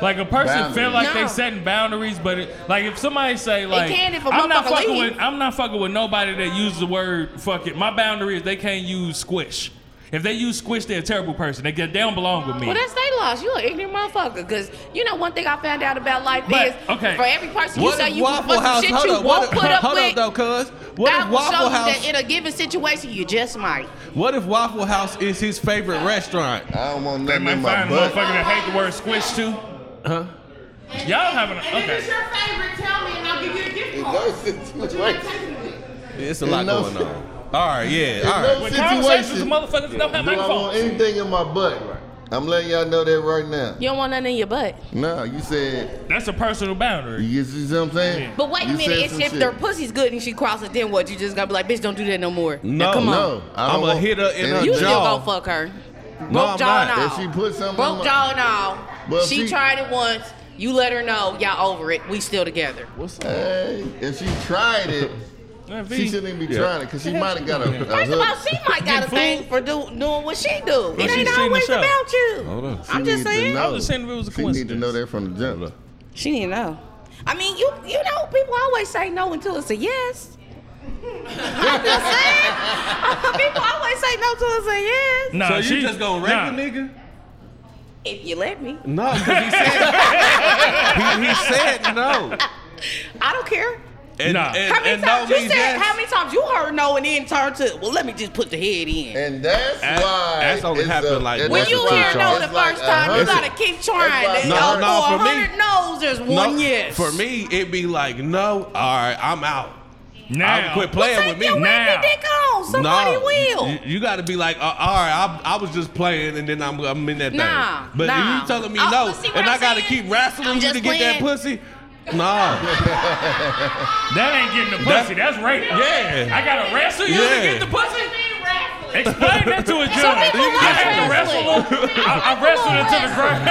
S2: Like a person feel
S1: Boundaries.
S2: like
S5: No.
S2: they setting boundaries, but it, like if somebody say like
S5: can if a
S2: I'm not
S5: motherfucker
S2: fucking
S5: leave.
S2: with I'm not fucking with nobody that uses the word fuck it. My boundary is they can't use squish. If they use squish, they're a terrible person. They get they don't belong with me.
S5: Well, that's they loss. You an ignorant motherfucker. Cause you know one thing I found out about life
S2: But,
S5: is
S2: okay.
S5: for every person you
S3: What
S5: say
S3: if
S5: you
S3: Waffle
S5: fucking
S3: House?
S5: shit
S3: Hold
S5: you
S3: up.
S5: won't
S3: What if,
S5: put up
S3: hold
S5: with,
S3: up though, cuz. What
S5: God
S3: if
S5: will show
S3: Waffle
S5: you
S3: House?
S5: that in a given situation you just might.
S3: What if Waffle House is his favorite restaurant?
S1: I don't want
S2: They
S1: nothing
S2: might
S1: in my
S2: find a
S1: butt.
S2: motherfucker that hate the word squish too. Huh? Y'all having a,
S8: And if it's
S2: okay?
S8: your favorite, tell me and I'll give you a gift
S1: In
S8: card.
S1: those
S8: What you want to
S1: situations,
S8: take it with?
S3: It's a
S1: In
S3: lot
S1: no-
S3: going on. All right,
S1: in
S3: yeah. All
S1: no
S3: right.
S2: When conversations,
S1: situation,
S2: motherfuckers don't have
S1: do I want
S2: microphones.
S1: anything in my butt? I'm letting y'all know that right now.
S5: You don't want nothing in your butt.
S1: No, you said,
S2: That's a personal boundary.
S1: you see what I'm saying?
S5: But wait
S1: You
S5: a minute,
S1: said
S5: it's
S1: some
S5: if
S1: shit.
S5: their pussy's good and she crosses, then what? You just gonna be like, bitch, don't do that no more.
S3: No,
S5: now, come on.
S1: No, I don't
S3: I'ma
S1: want
S3: hit her in her
S5: You
S1: anything.
S5: still
S3: jaw.
S5: gonna fuck her.
S3: No,
S5: Broke
S3: I'm
S5: jaw and
S3: not.
S5: all.
S1: If she put something in
S5: Broke
S1: my-
S5: jaw and all.
S1: Well,
S5: she,
S1: she-
S5: tried it once. You let her know, y'all over it. We still together.
S1: Hey, if she tried it,
S2: That
S1: she
S2: V.
S1: shouldn't be trying it because she might have got a, a
S5: First of all,
S1: hook.
S5: she might got a
S2: Fool.
S5: thing for do, doing what she do.
S2: she's
S5: it ain't
S2: seen the
S5: always
S2: show.
S5: about you.
S3: Hold on.
S1: She
S5: I'm just
S1: need to
S5: saying.
S1: know.
S2: I was saying if it was
S1: She
S2: a
S1: need to
S2: coincidence.
S1: know that from the jump.
S5: She didn't know. I mean, you you know, people always say no until it's a yes. I'm just saying. people always say no until it's a yes.
S2: Nah,
S3: So you
S2: she-
S3: just gonna
S2: nah.
S3: rape a nigga?
S5: If you let me,
S1: Mm.
S3: No, 'cause he said he, he said no.
S5: I don't care.
S3: And,
S2: Nah.
S3: and,
S5: How many
S3: and
S5: times
S3: no
S5: you said?
S3: means yes.
S5: How many times you heard no and then turned to? Well, let me just put the head in.
S1: And that's
S3: That's-
S1: why.
S3: that's only
S1: it's
S3: happened
S1: a-
S3: like
S1: and
S5: when
S1: that's
S5: you
S1: why
S5: hear
S1: it's
S5: no the
S1: like a
S5: first time, you
S1: hundred-
S5: gotta keep trying.
S1: that's
S5: No,
S1: like-
S5: no,
S3: No, no,
S5: for a
S3: for me-
S5: hundred no's, there's one
S3: No,
S5: yes.
S3: For me, it'd be like no. All right, I'm out.
S2: Now,
S3: I'll quit playing
S5: take
S3: with me
S5: your
S2: now.
S5: raggedy dick on. Somebody
S3: no,
S5: will.
S3: You, got to be like, uh, all right, I, I was just playing, and then I'm, I'm in that
S5: Nah,
S3: thing. But
S5: nah.
S3: you telling me
S5: Oh,
S3: no,
S5: but see what
S3: and
S5: I'm
S3: I got to
S5: saying?
S3: keep wrestling
S5: I'm
S3: you to
S5: just
S3: get that
S5: playing.
S3: pussy. Nah,
S2: that ain't getting the pussy. That's rape.
S3: yeah.
S2: I gotta wrestle you to
S3: Yeah.
S2: get the pussy.
S4: Wrestling.
S2: Explain that to a judge.
S5: Some people
S2: I
S5: like
S2: had to
S5: wrestling.
S2: wrestle her. I, I wrestled her to the ground.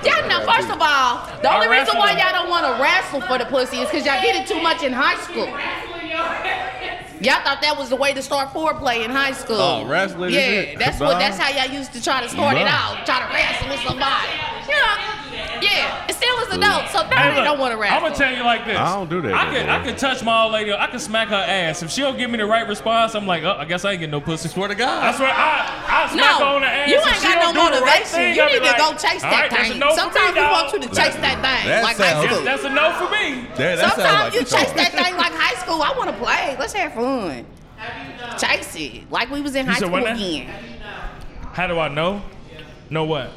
S5: Y'all know, first of all, the only reason
S2: wrestle
S5: why
S2: them.
S5: y'all don't want to wrestle for the pussy is because y'all did it too much in high school. Y'all thought that was the way to start foreplay in high school.
S3: Oh, wrestling is
S5: Yeah,
S3: it?
S5: that's what.
S3: Nah.
S5: That's how y'all used to try to start it
S3: Nah.
S5: out, try to wrestle with somebody. Yeah, yeah. It still is adults, so now they don't want to
S2: I'm
S5: wrestle.
S2: gonna tell you like this.
S3: I don't do that
S2: I could,
S3: no more.
S2: I could touch my old lady. I could smack her ass. If she don't give me the right response, I'm like, oh, I guess I ain't getting no pussy.
S3: Swear to God.
S2: I swear, I, I smack her on
S5: no,
S2: the ass.
S5: you
S2: If
S5: ain't
S2: she
S5: got
S2: don't
S5: no
S2: do the right
S5: motivation.
S2: thing,
S5: You
S2: I'll be
S5: need to
S2: like,
S5: go chase
S2: all
S5: that
S2: right, that's a
S5: thing.
S2: no for me,
S5: Sometimes we want
S2: dog.
S5: you to chase that thing,
S3: that
S5: like high
S3: sounds-
S5: school.
S2: Yes, that's a no for me.
S3: That, that sounds
S5: Sometimes
S3: like
S5: you
S3: a charge.
S5: chase that thing like high school. I want to play. Let's have fun. Chase it like we was in high
S2: said
S5: school
S2: what now?
S5: again.
S2: How do I know? Know what?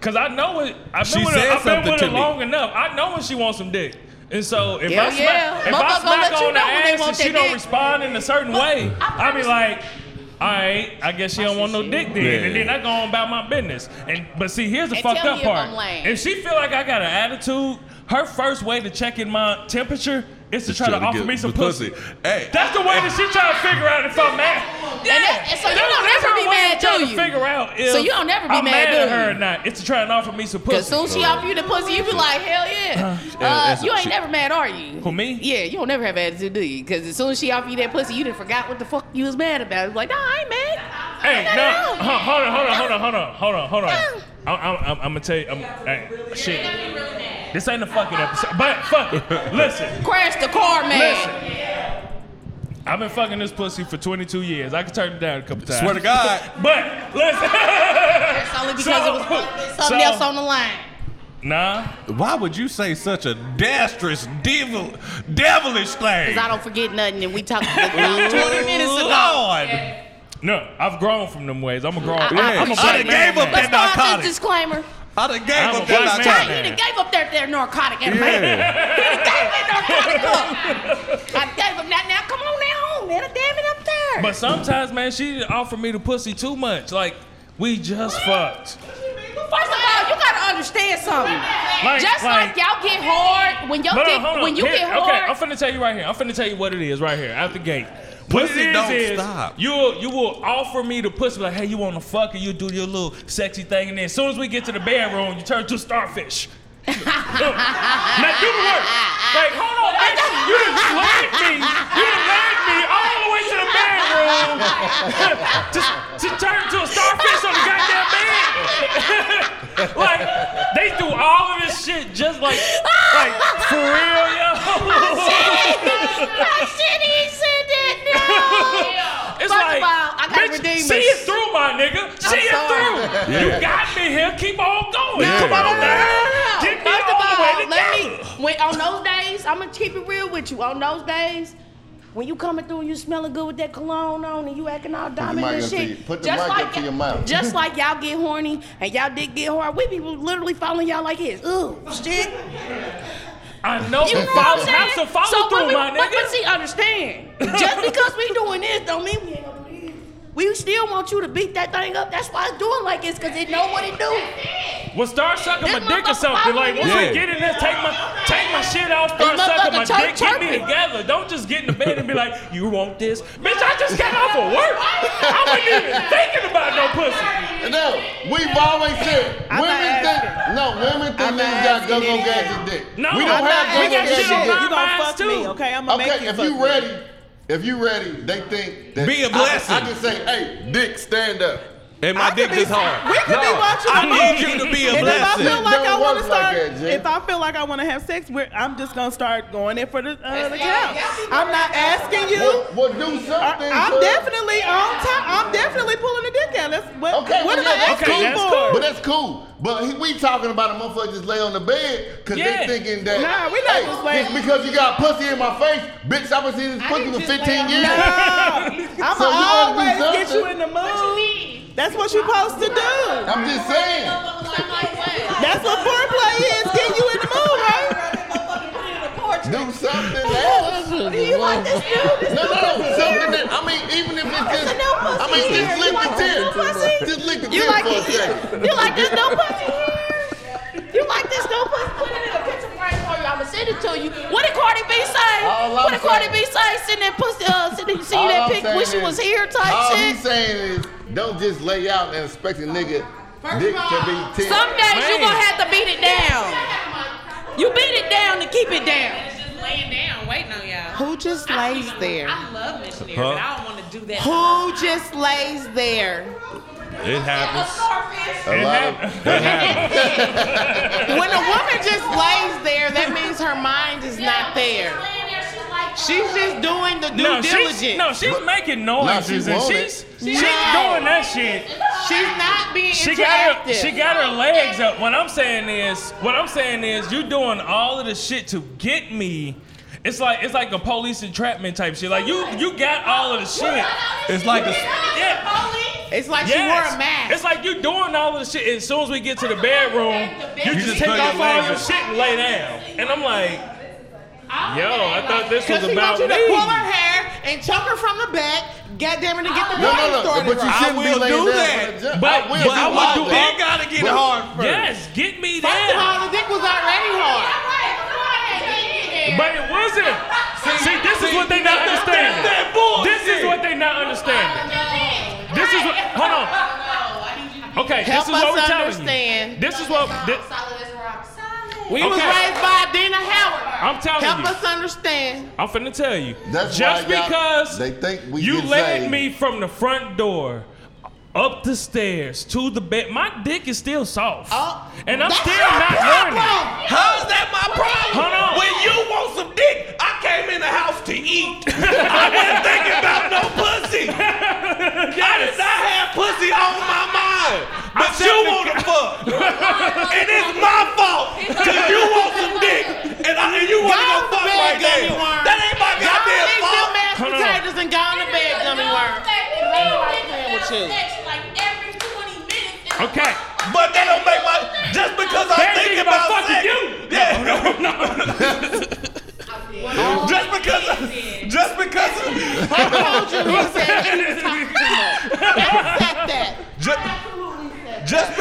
S2: Cause I know it. I've
S3: She
S2: been with her,
S3: said
S2: I've been
S3: something
S2: with her
S3: to me.
S2: long enough. I know when she wants some dick. And so if
S5: Hell
S2: I smack,
S5: yeah.
S2: if I
S5: Motherfucker gonna
S2: smack
S5: let you
S2: on her
S5: know when they
S2: ass and
S5: want
S2: she
S5: that
S2: don't
S5: dick.
S2: respond in a certain way, I be like, all right, I guess she don't want no dick then. And
S3: Yeah.
S2: then I go on about my business. And but see, here's the
S5: And
S2: fucked
S5: tell
S2: up
S5: me if
S2: part.
S5: I'm lame.
S2: If she feel like I got an attitude, her first way to check in my temperature is to
S3: Just
S2: try to
S3: tryna
S2: offer
S3: get
S2: me some
S3: the pussy.
S2: pussy.
S3: Hey.
S2: That's the way that she trying to figure out if I'm mad.
S5: And, that, and so you
S2: That's-
S5: don't
S2: that's
S5: ever
S2: her
S5: be
S2: way
S5: mad,
S2: of trying
S5: do
S2: to
S5: you?
S2: figure out if
S5: So you don't ever be
S2: I'm
S5: mad,
S2: mad,
S5: do
S2: at her
S5: you?
S2: or not. It's to try and offer me some
S5: Cause
S2: pussy. Uh,
S5: soon she offer you the pussy, you be like, hell yeah. Uh,
S3: that's-
S5: you ain't
S3: she-
S5: never mad, are you?
S2: Who, me?
S5: Yeah, you don't never have attitude, do you? Cause as soon as she offer you that pussy, you done forgot what the fuck you was mad about. It's like, nah, I ain't mad.
S2: hey,
S5: Not
S2: no,
S5: at all.
S2: Huh, hold on, hold on, hold on, hold on, hold on, hold on.
S5: No.
S2: I'm, I'm, I'm gonna tell you, I'm, hey, shit. This ain't a fucking episode, but fuck it. Listen,
S5: Crash the car, man.
S2: listen. I've been fucking this pussy for 22 years. I could turn it down a couple times.
S3: Swear to God.
S2: But listen,
S5: It's only because
S2: So-
S5: it was something
S2: so-
S5: else on the line.
S2: nah.
S3: Why would you say such a disastrous, devil, devilish thing?
S5: Cause I don't forget nothing, and we talked about 20 minutes ago.
S3: Lord.
S2: No, I've grown from them ways. I'm a grown.
S5: I- I
S2: I'm a
S5: appreciate
S2: black
S5: it.
S2: man.
S3: Gave up
S2: now.
S3: that
S5: Let's start
S3: narcotic.
S5: this disclaimer.
S3: I done gave
S2: I'm a
S3: up that
S2: black
S3: narcotic.
S5: Hey, he done gave up their, their narcotic and
S3: Yeah.
S5: he done gave that narcotic up. I gave him that. Now come on now home, man. Damn it up there.
S2: But sometimes, man, she offered me the pussy too much. Like We just fucked.
S5: First of all, you gotta understand something.
S2: Like-
S5: Just
S2: like-
S5: like, y'all get hard when your
S2: Hold
S5: dick,
S2: on, hold on.
S5: when you
S2: Here-
S5: get hard.
S2: Okay, I'm finna tell you right here. I'm finna tell you what it is right here out the gate. What
S3: Pussy
S2: it is
S3: don't
S2: is
S3: stop.
S2: You will, you will offer me the pussy like, hey, you want to fuck, and you do your little sexy thing, and then as soon as we get to the bedroom, you turn to starfish. now do the work. Like, hold on, bitch. You done lied me. You done lied me all the way to the bedroom to, to turn to a starfish on the goddamn bed. like, they do all of this shit just like, like for real, yo.
S5: I shouldn't even said that. No.
S2: It's
S5: First
S2: like,
S5: of all, I gotta
S2: bitch,
S5: redeem
S2: see
S5: it.
S2: it through, my nigga. See it
S5: sorry.
S2: through.
S3: Yeah.
S2: You got me here. Keep on going.
S3: No,
S2: Come
S3: no,
S2: on,
S3: no,
S2: man. Get me
S5: First
S2: all
S5: of
S2: the
S5: all,
S2: way
S5: let me.
S2: together.
S5: When, on those days, I'm gonna keep it real with you. On those days. When you coming through and you smelling good with that cologne on and you acting all diamond
S1: mic
S5: and
S1: up to you-
S5: shit,
S1: put the
S5: just
S1: mic up
S5: like
S1: to
S5: y-
S1: your mouth.
S5: just like y'all get horny and y'all dick get hard, we be literally following y'all like this. Ooh, shit.
S2: I know.
S5: You know
S2: follow,
S5: what I'm
S2: have
S5: saying?
S2: some follow
S5: so
S2: through,
S5: but we,
S2: my
S5: But, but
S2: nigga.
S5: see, understand. Just because we doing this don't mean we ain't gonna do this. We still want you to beat that thing up. That's why it's doing like this, cause it know what it do.
S2: Well, start sucking my
S5: This
S2: dick or
S5: motherfucker
S2: something. Like, once we
S3: following you.
S2: get in this, take my take my shit off, start
S5: This
S2: sucking my
S5: motherfucker
S2: dick, get me
S5: chirping.
S2: together. Don't just get in the bed and be like, you want this? Bitch, I just got off of work. I wasn't even thinking about no pussy.
S1: No, we've always said
S8: I'm
S1: women
S8: not
S1: think no women think
S8: I'm not
S1: niggas got
S8: asking
S1: go-go
S8: it.
S1: gadget dick.
S2: No,
S1: we don't have
S2: I'm not asking
S1: go-go
S2: that shit
S1: gadget
S2: on my-
S1: dick.
S8: You gonna
S2: minds
S8: fuck
S2: too.
S8: me, okay? I'm gonna make
S1: Okay,
S8: you
S1: if
S8: fuck
S1: you
S8: me.
S1: ready, if you ready, they think that
S3: Be a
S1: I-
S3: blessing.
S1: I, can say, hey, dick, stand up.
S3: And my
S8: I
S3: dick
S8: could be-
S3: is hard.
S8: we could be watching
S3: I
S8: a
S3: need
S8: movie.
S3: you to be a
S8: And if I
S3: blessing.
S8: feel like I
S1: Don't
S8: want
S1: work
S8: to start,
S1: like that, Jen.
S8: if I feel like I want to have sex, we're, I'm just gonna start going in for the, uh, the count. I'm not asking you.
S1: Well, well, do something.
S8: I,
S1: cuz.
S8: I'm definitely on top. I'm definitely pulling the dick out. That's what.
S1: Okay,
S8: what
S1: well, yeah,
S8: am I
S1: that's
S8: asking
S2: cool.
S8: for?
S2: That's cool.
S1: But that's cool. But he, we talking about a motherfucker just lay on the bed because
S2: Yeah.
S1: they thinking that.
S8: Nah, we not
S1: hey,
S8: just laying-
S1: just because you got pussy in my face, bitch. I've been seeing this pussy for 15 years.
S8: I'm
S1: So you oughta do
S8: always get
S1: something.
S8: you in the mood. That's what you're supposed to do.
S1: I'm just saying.
S8: That's what foreplay is. Get you in the mood, right?
S1: Do something else.
S8: Do you like this dude?
S1: No, no, no. Something that I mean, even if it's just.
S8: no pussy
S1: I mean,
S8: here.
S1: just
S8: You
S1: lick
S8: like
S1: the
S8: this
S1: tip.
S8: no pussy?
S1: Just lick the
S8: You
S1: tip
S8: like
S1: for a
S8: this?
S1: second.
S8: You like this no pussy? You like this no pussy?
S5: I'ma send it to you. What did Cardi B say?
S1: All I'm
S5: What did Cardi
S1: saying-
S5: B say? Send that pussy, uh, send that, see
S1: All
S5: that
S1: I'm
S5: pic when she
S1: saying
S5: was
S1: is-
S5: here type
S1: all
S5: shit.
S1: he's saying is, don't just lay out and expect a nigga dick to be 10.
S5: Some days you
S2: Man.
S5: gonna have to beat it down. You beat it down to keep it down.
S4: Just laying down, waiting on y'all.
S8: Who just lays there?
S4: I love missionary, but I don't want to do that.
S8: Who just lays there?
S3: It happens.
S1: A lot of-
S3: It happens.
S8: When a woman just lays there, that means her mind is not there. She's just doing the due
S2: No,
S8: diligence.
S2: she's, no, she's making
S1: No,
S2: noises
S1: she
S2: and
S1: want
S2: she's
S1: it.
S2: she's
S8: No.
S2: doing that shit.
S8: she's not being
S2: She got her
S8: interactive.
S2: she got her legs up. What I'm saying is what I'm saying is you doing all of the shit to get me. It's like it's like a police entrapment type shit. Like you you got all of the shit.
S3: It's like a.
S2: Yeah.
S8: it's like she wore
S2: Yes.
S8: a mask.
S2: It's like you doing all of the shit. And as soon as we get to the bedroom, you just
S3: just
S2: take
S3: throw your
S2: off all
S3: legs
S2: your
S3: up.
S2: shit and lay down. And I'm like, yo, I thought this was
S8: Because she
S2: about
S8: wants you to pull her
S2: me.
S8: hair and choke her from the back, goddamn it, and get the
S1: No,
S8: party
S1: no, no.
S8: started.
S1: But you
S8: right.
S1: shouldn't
S3: will
S1: be laying
S3: do
S1: down
S3: that.
S1: for the jump.
S2: But-
S1: will
S2: but
S1: do
S2: I would
S1: all
S2: do
S1: that.
S2: all
S3: It gotta get
S1: But-
S3: hard first.
S2: Yes, get me
S8: First of
S2: down.
S8: all, the dick was already hard.
S2: But it wasn't. See, this is what they not understanding. This is what they not understanding. This is what. Hold on. Okay, this
S8: Help
S2: is what
S8: us
S2: we're telling you.
S8: understand.
S2: This is what. thi-
S8: We was
S2: Okay.
S8: raised by Dina Howard.
S2: I'm telling
S8: Help
S2: you.
S8: us understand.
S2: I'm finna tell you.
S1: That's
S2: just
S1: why y'all-
S2: because
S1: they think we
S2: you
S1: can
S2: led
S1: say-
S2: me from the front door up the stairs to the bed, my dick is still soft,
S8: Oh,
S2: and I'm
S8: that's
S2: still
S8: your
S2: not
S8: problem.
S2: learning.
S3: How's that my problem?
S2: Hold on.
S3: When you want some dick, I came in the house to eat. I wasn't thinking about no pussy. I did not have pussy on my mind. But you
S2: said-
S3: want to fuck. and it's my fault. Because you want some dick. And, I, and you want to go
S8: Go to
S3: fuck
S8: bed,
S3: right
S8: gummy
S3: now.
S8: worm.
S3: That ain't my
S8: Y'all
S3: goddamn
S8: eat
S3: fault.
S8: them mashed
S2: Hold on.
S8: potatoes and go to bed, gummy worm.
S2: Okay,
S3: But that don't make my. Just because I'm
S2: Can't
S3: thinking
S2: think about
S3: about,
S2: fucking
S3: sex.
S2: you.
S3: Yeah.
S2: no,
S3: Just because. Just because.
S8: I told you he said he was talking too much. Accept that.
S3: Just,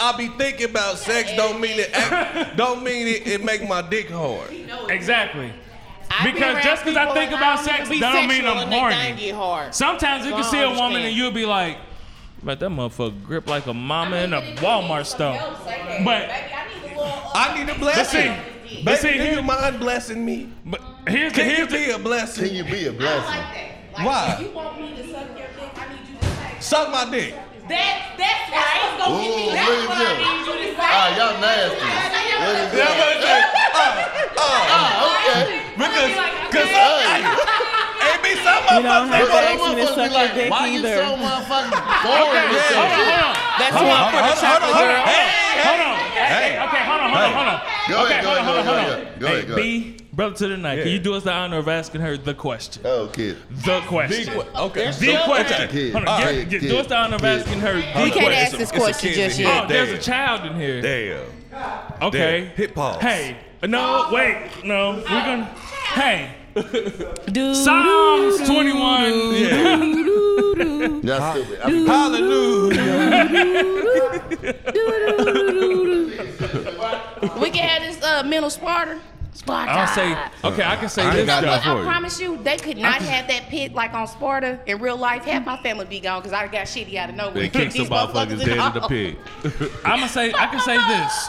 S3: I be thinking about sex. Don't mean it. Act, don't mean it. It make my dick hard.
S2: Exactly.
S8: I be
S2: Because
S8: around
S2: just 'cause I
S8: people
S2: think
S8: and
S2: about
S8: don't even
S2: sex,
S8: be
S2: that don't mean
S8: sexual
S2: I'm
S8: and they
S2: horny.
S8: thing get hard.
S2: Sometimes you
S8: So
S2: can
S8: I
S2: see a
S8: understand.
S2: woman and you'll be like, but that motherfucker grip like a mama in a Walmart store. But
S3: I need a blessing. Baby,
S2: But see,
S3: do
S2: here-
S3: you mind blessing me?
S2: but here's the
S3: Can
S2: here's
S3: you
S2: the
S3: be a blessing?
S1: Can you be a blessing?
S3: Why?
S5: You want me to suck your dick? I need you to say.
S3: Suck my dick.
S4: That, that's right.
S1: Ooh, really good.
S4: you to
S1: Ah,
S4: say.
S1: y'all nasty. Really good.
S3: That's what I'm saying. Uh, uh,
S1: Ah, okay.
S3: because, cause
S1: Hey.
S3: it be some of us
S9: don't have
S3: they
S1: But
S9: to
S1: some
S9: ask me to
S1: motherfuckers
S9: suck
S1: be
S9: your
S1: like,
S9: dick
S1: why you
S9: either.
S1: so motherfucking boring with
S3: Okay.
S1: sex?
S8: That's one for the
S3: hold on,
S8: chocolate
S3: hold on, hold
S8: girl.
S2: Hold
S3: on.
S2: on. Hey,
S3: Hey.
S2: okay, hold on, hold on, hold on.
S1: Go
S2: okay,
S1: ahead, go
S2: hold on,
S1: ahead, go
S2: hold on, hold
S1: ahead,
S2: on.
S1: go
S2: hey,
S1: ahead, go
S2: B, brother to the night, can
S3: Yeah.
S2: you do us the honor of asking her the question?
S1: Oh, kid.
S2: The question. The,
S3: Okay.
S2: question.
S1: Okay.
S2: Hold on,
S1: All
S2: get-
S1: right,
S2: get-
S1: kid,
S2: do us the honor of
S1: kid.
S2: asking her the
S8: We
S2: question.
S8: can't ask
S3: It's a-
S8: this
S3: it's a
S8: question
S3: kid in
S8: just
S3: here.
S8: yet.
S2: Oh, there's a
S3: Damn.
S2: child in here.
S3: Damn.
S2: Okay.
S3: Damn. Hit pause.
S2: Hey. No, wait. No, we're gonna. Hey.
S9: Dude.
S2: Psalms 21.
S1: That's stupid. I mean,
S3: Hallelujah.
S5: We can have this uh, mental sparta. Sparta.
S2: I'll say. Okay, I can say
S3: I ain't
S2: this.
S3: got
S2: though.
S3: nothing.
S5: Look,
S3: for
S5: I
S3: you.
S5: promise you, they could not have that pit like on Sparta in real life. Have my family be gone because I got shitty out of nowhere.
S3: They kick some
S5: These
S3: motherfuckers
S5: motherfuckers
S3: dead in
S5: all-
S3: the pig.
S2: I'm gonna say I can say this.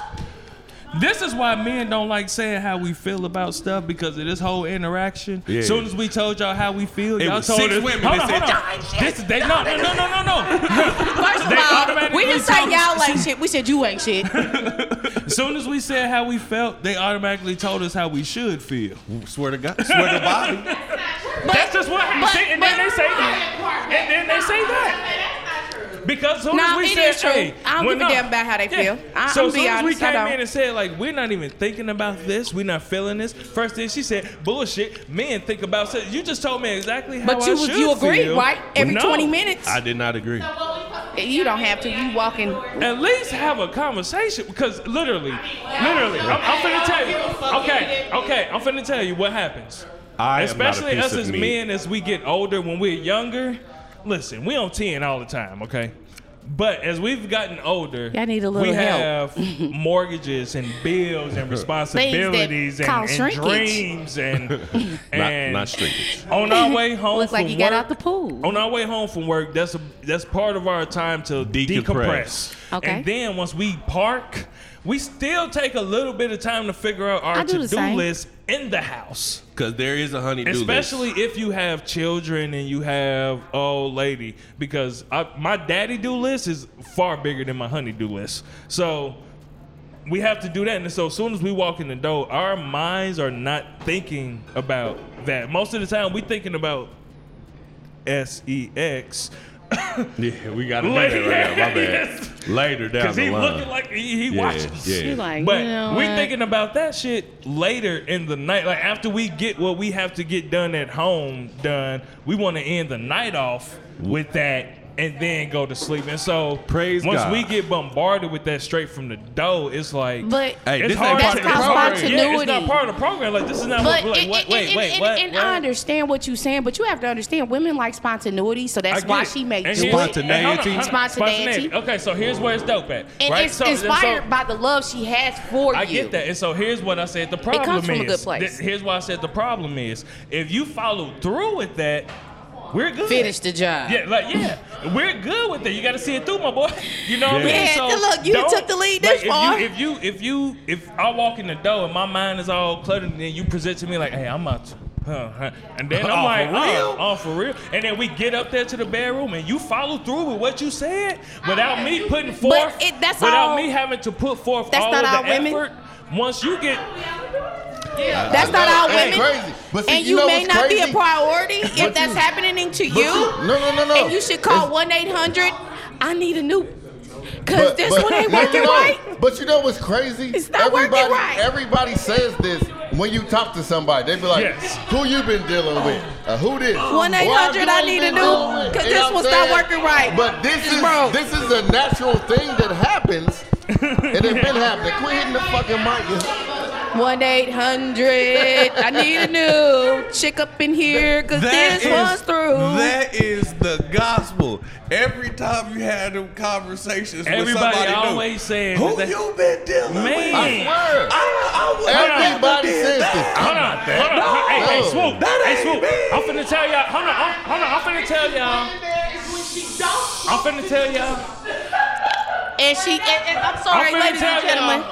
S2: This is why men don't like saying how we feel about stuff because of this whole interaction.
S3: Yeah.
S2: soon as we told y'all how we feel,
S3: It
S2: y'all
S3: was
S2: told
S3: six
S2: us.
S3: women
S2: hold on,
S3: that
S2: hold
S3: said,
S2: on. This is they no no no no no no.
S5: First
S2: They
S5: of all,
S2: automatically
S5: we didn't say
S2: told us-
S5: y'all ain't shit. We said you ain't shit.
S2: As soon as we said how we felt, they automatically told us how we should feel.
S3: Swear to God. Swear to body.
S2: That's just what happens.
S5: but-
S2: See, and then
S5: but-
S2: they say that. And then they say that. Because soon as
S5: Nah,
S2: we
S5: it
S2: said,
S5: is true.
S2: hey,
S5: I don't
S2: when
S5: give a
S2: I-
S5: damn about how they feel. I-
S2: so
S5: I'ma
S2: as soon as
S5: be
S2: we
S5: honest, I
S2: came
S5: don't.
S2: in and said like we're not even thinking about this, we're not feeling this. First thing she said, bullshit. Men think about sex. You just told me exactly how
S5: But you
S2: I
S5: was
S2: should
S5: you agreed,
S2: feel.
S5: right? Every
S2: No.
S5: 20 minutes.
S3: I did not agree.
S5: you don't have to. You walking.
S2: At least have a conversation because literally, literally, I'm, I'm finna tell you. Okay, okay, I'm finna tell you what happens.
S3: I am not a
S2: Especially
S3: piece
S2: us
S3: of
S2: as
S3: meat.
S2: men, as we get older, when we're younger. Listen, we on ten all the time, okay? But as we've gotten older,
S5: Y'all need a
S2: we
S5: little help.
S2: have mortgages and bills and responsibilities and,
S5: cause
S2: and
S5: shrinkage.
S2: dreams and and
S3: not shrinkage.
S2: on our way home
S5: Looks like
S2: from
S5: you got
S2: work-
S5: out the pool.
S2: On our way home from work, that's a, that's part of our time to decompress.
S3: Decompress.
S5: Okay.
S2: And then once we park, we still take a little bit of time to figure out
S5: I
S2: our
S5: do the
S2: to do
S5: same.
S2: list in the house.
S3: Because there is a honey-do list.
S2: Especially if you have children and you have old lady, because I, my daddy do list is far bigger than my honey do list. So we have to do that. And so as soon as we walk in the door, our minds are not thinking about that. Most of the time, we thinking about S E X.
S3: Yeah, we got to do that
S2: Later.
S3: right now. My
S2: Yes.
S3: bad. Later down
S2: Because
S3: the
S2: he
S3: line.
S2: looking like he, he
S3: Yeah,
S2: watches.
S3: yeah.
S5: You like,
S2: But
S5: you know
S2: we
S5: what?
S2: thinking about that shit later in the night. Like after we get what we have to get done at home done, we want to end the night off with that and then go to sleep. And so
S3: Praise
S2: once
S3: God.
S2: we get bombarded with that straight from the dough, it's like
S5: But
S3: Hey,
S2: it's
S3: this
S2: hard
S3: ain't part of the
S5: That's called
S3: program.
S5: spontaneity.
S2: Yeah, it's not part of the program. Like this is not
S5: But
S2: what, like,
S5: it-
S2: what,
S5: it-
S2: wait,
S5: it-
S2: wait,
S5: it-
S2: what,
S5: and
S2: what?
S5: I understand what you're saying, but you have to understand women like spontaneity, so
S2: I
S5: that's
S2: get
S5: why
S2: it.
S5: she made
S2: And
S5: you
S2: here's-
S5: do it.
S2: and hold on,
S3: Spontaneity.
S2: hold on.
S5: Spontaneity.
S2: Okay, so here's where it's dope at.
S5: And
S2: right?
S5: it's
S2: so,
S5: inspired
S2: so,
S5: by the love she has for
S2: I
S5: you.
S2: get that. And so here's what I said the problem
S5: comes from
S2: is.
S5: a good place.
S2: Th- here's why I said the problem is if you follow through with that, we're good.
S5: Finish the job.
S2: Yeah, like yeah, we're good with it. You got to see it through, my boy. You know what I mean?
S5: Yeah,
S2: So
S5: look, you
S2: don't-
S5: took the lead this
S2: like,
S5: far.
S2: If you, if you, if you, if I walk in the door and my mind is all cluttered, and then you present to me like, "Hey, I'm out." Huh, huh. And then I'm
S3: Oh,
S2: like,
S3: for real?
S2: Oh, oh, for real. And then we get up there to the bedroom, and you follow through with what you said without me putting forth,
S5: it- that's
S2: without
S5: all-
S2: me having to put forth
S5: That's
S2: all
S5: not
S2: of the
S5: all women.
S2: effort. Once you get,
S5: That's not all
S1: That's
S5: women.
S1: crazy. But see,
S5: and
S1: you
S5: you,
S1: know
S5: may
S1: what's
S5: not be
S1: crazy?
S5: a priority
S1: But
S5: if that's
S1: you-
S5: happening to
S1: But
S5: you.
S1: No, no, no, no.
S5: And you should call
S1: It's-
S5: 1 800 I need a new. Because this one ain't
S1: no, no,
S5: working
S1: no.
S5: right.
S1: But you know what's crazy?
S5: It's not working
S1: everybody,
S5: right.
S1: Everybody says this when you talk to somebody. They be like,
S2: Yes.
S1: "Who you been dealing with? Uh, who this?
S5: 1-800 I need a new- 'cause this one's not working right.
S1: But this
S5: It's
S1: is
S5: broke.
S1: this is a natural thing that happens, and it's been happening. Quit hitting the fucking mic.
S5: One eight hundred. I need a new chick up in here because
S3: That
S5: this
S3: is-
S5: one's through.
S3: That is the gospel.
S7: Every time you had them conversations
S2: Everybody
S7: with somebody
S2: always says
S7: new, who
S2: that-
S7: you been dealing with?
S1: I
S2: Man.
S1: swear.
S7: I, I would
S1: Everybody says this.
S2: Hold on, hold on, hold on. Hey, hey,
S1: No.
S2: swoop.
S7: That
S2: Hey,
S7: ain't
S2: swoop.
S7: me.
S2: I'm finna tell y'all. Hold on, I'm- hold on. I'm finna tell y'all. I'm finna tell y'all.
S5: And she, and, and I'm sorry,
S2: I'm finna
S5: ladies and
S2: tell y'all.
S5: gentlemen.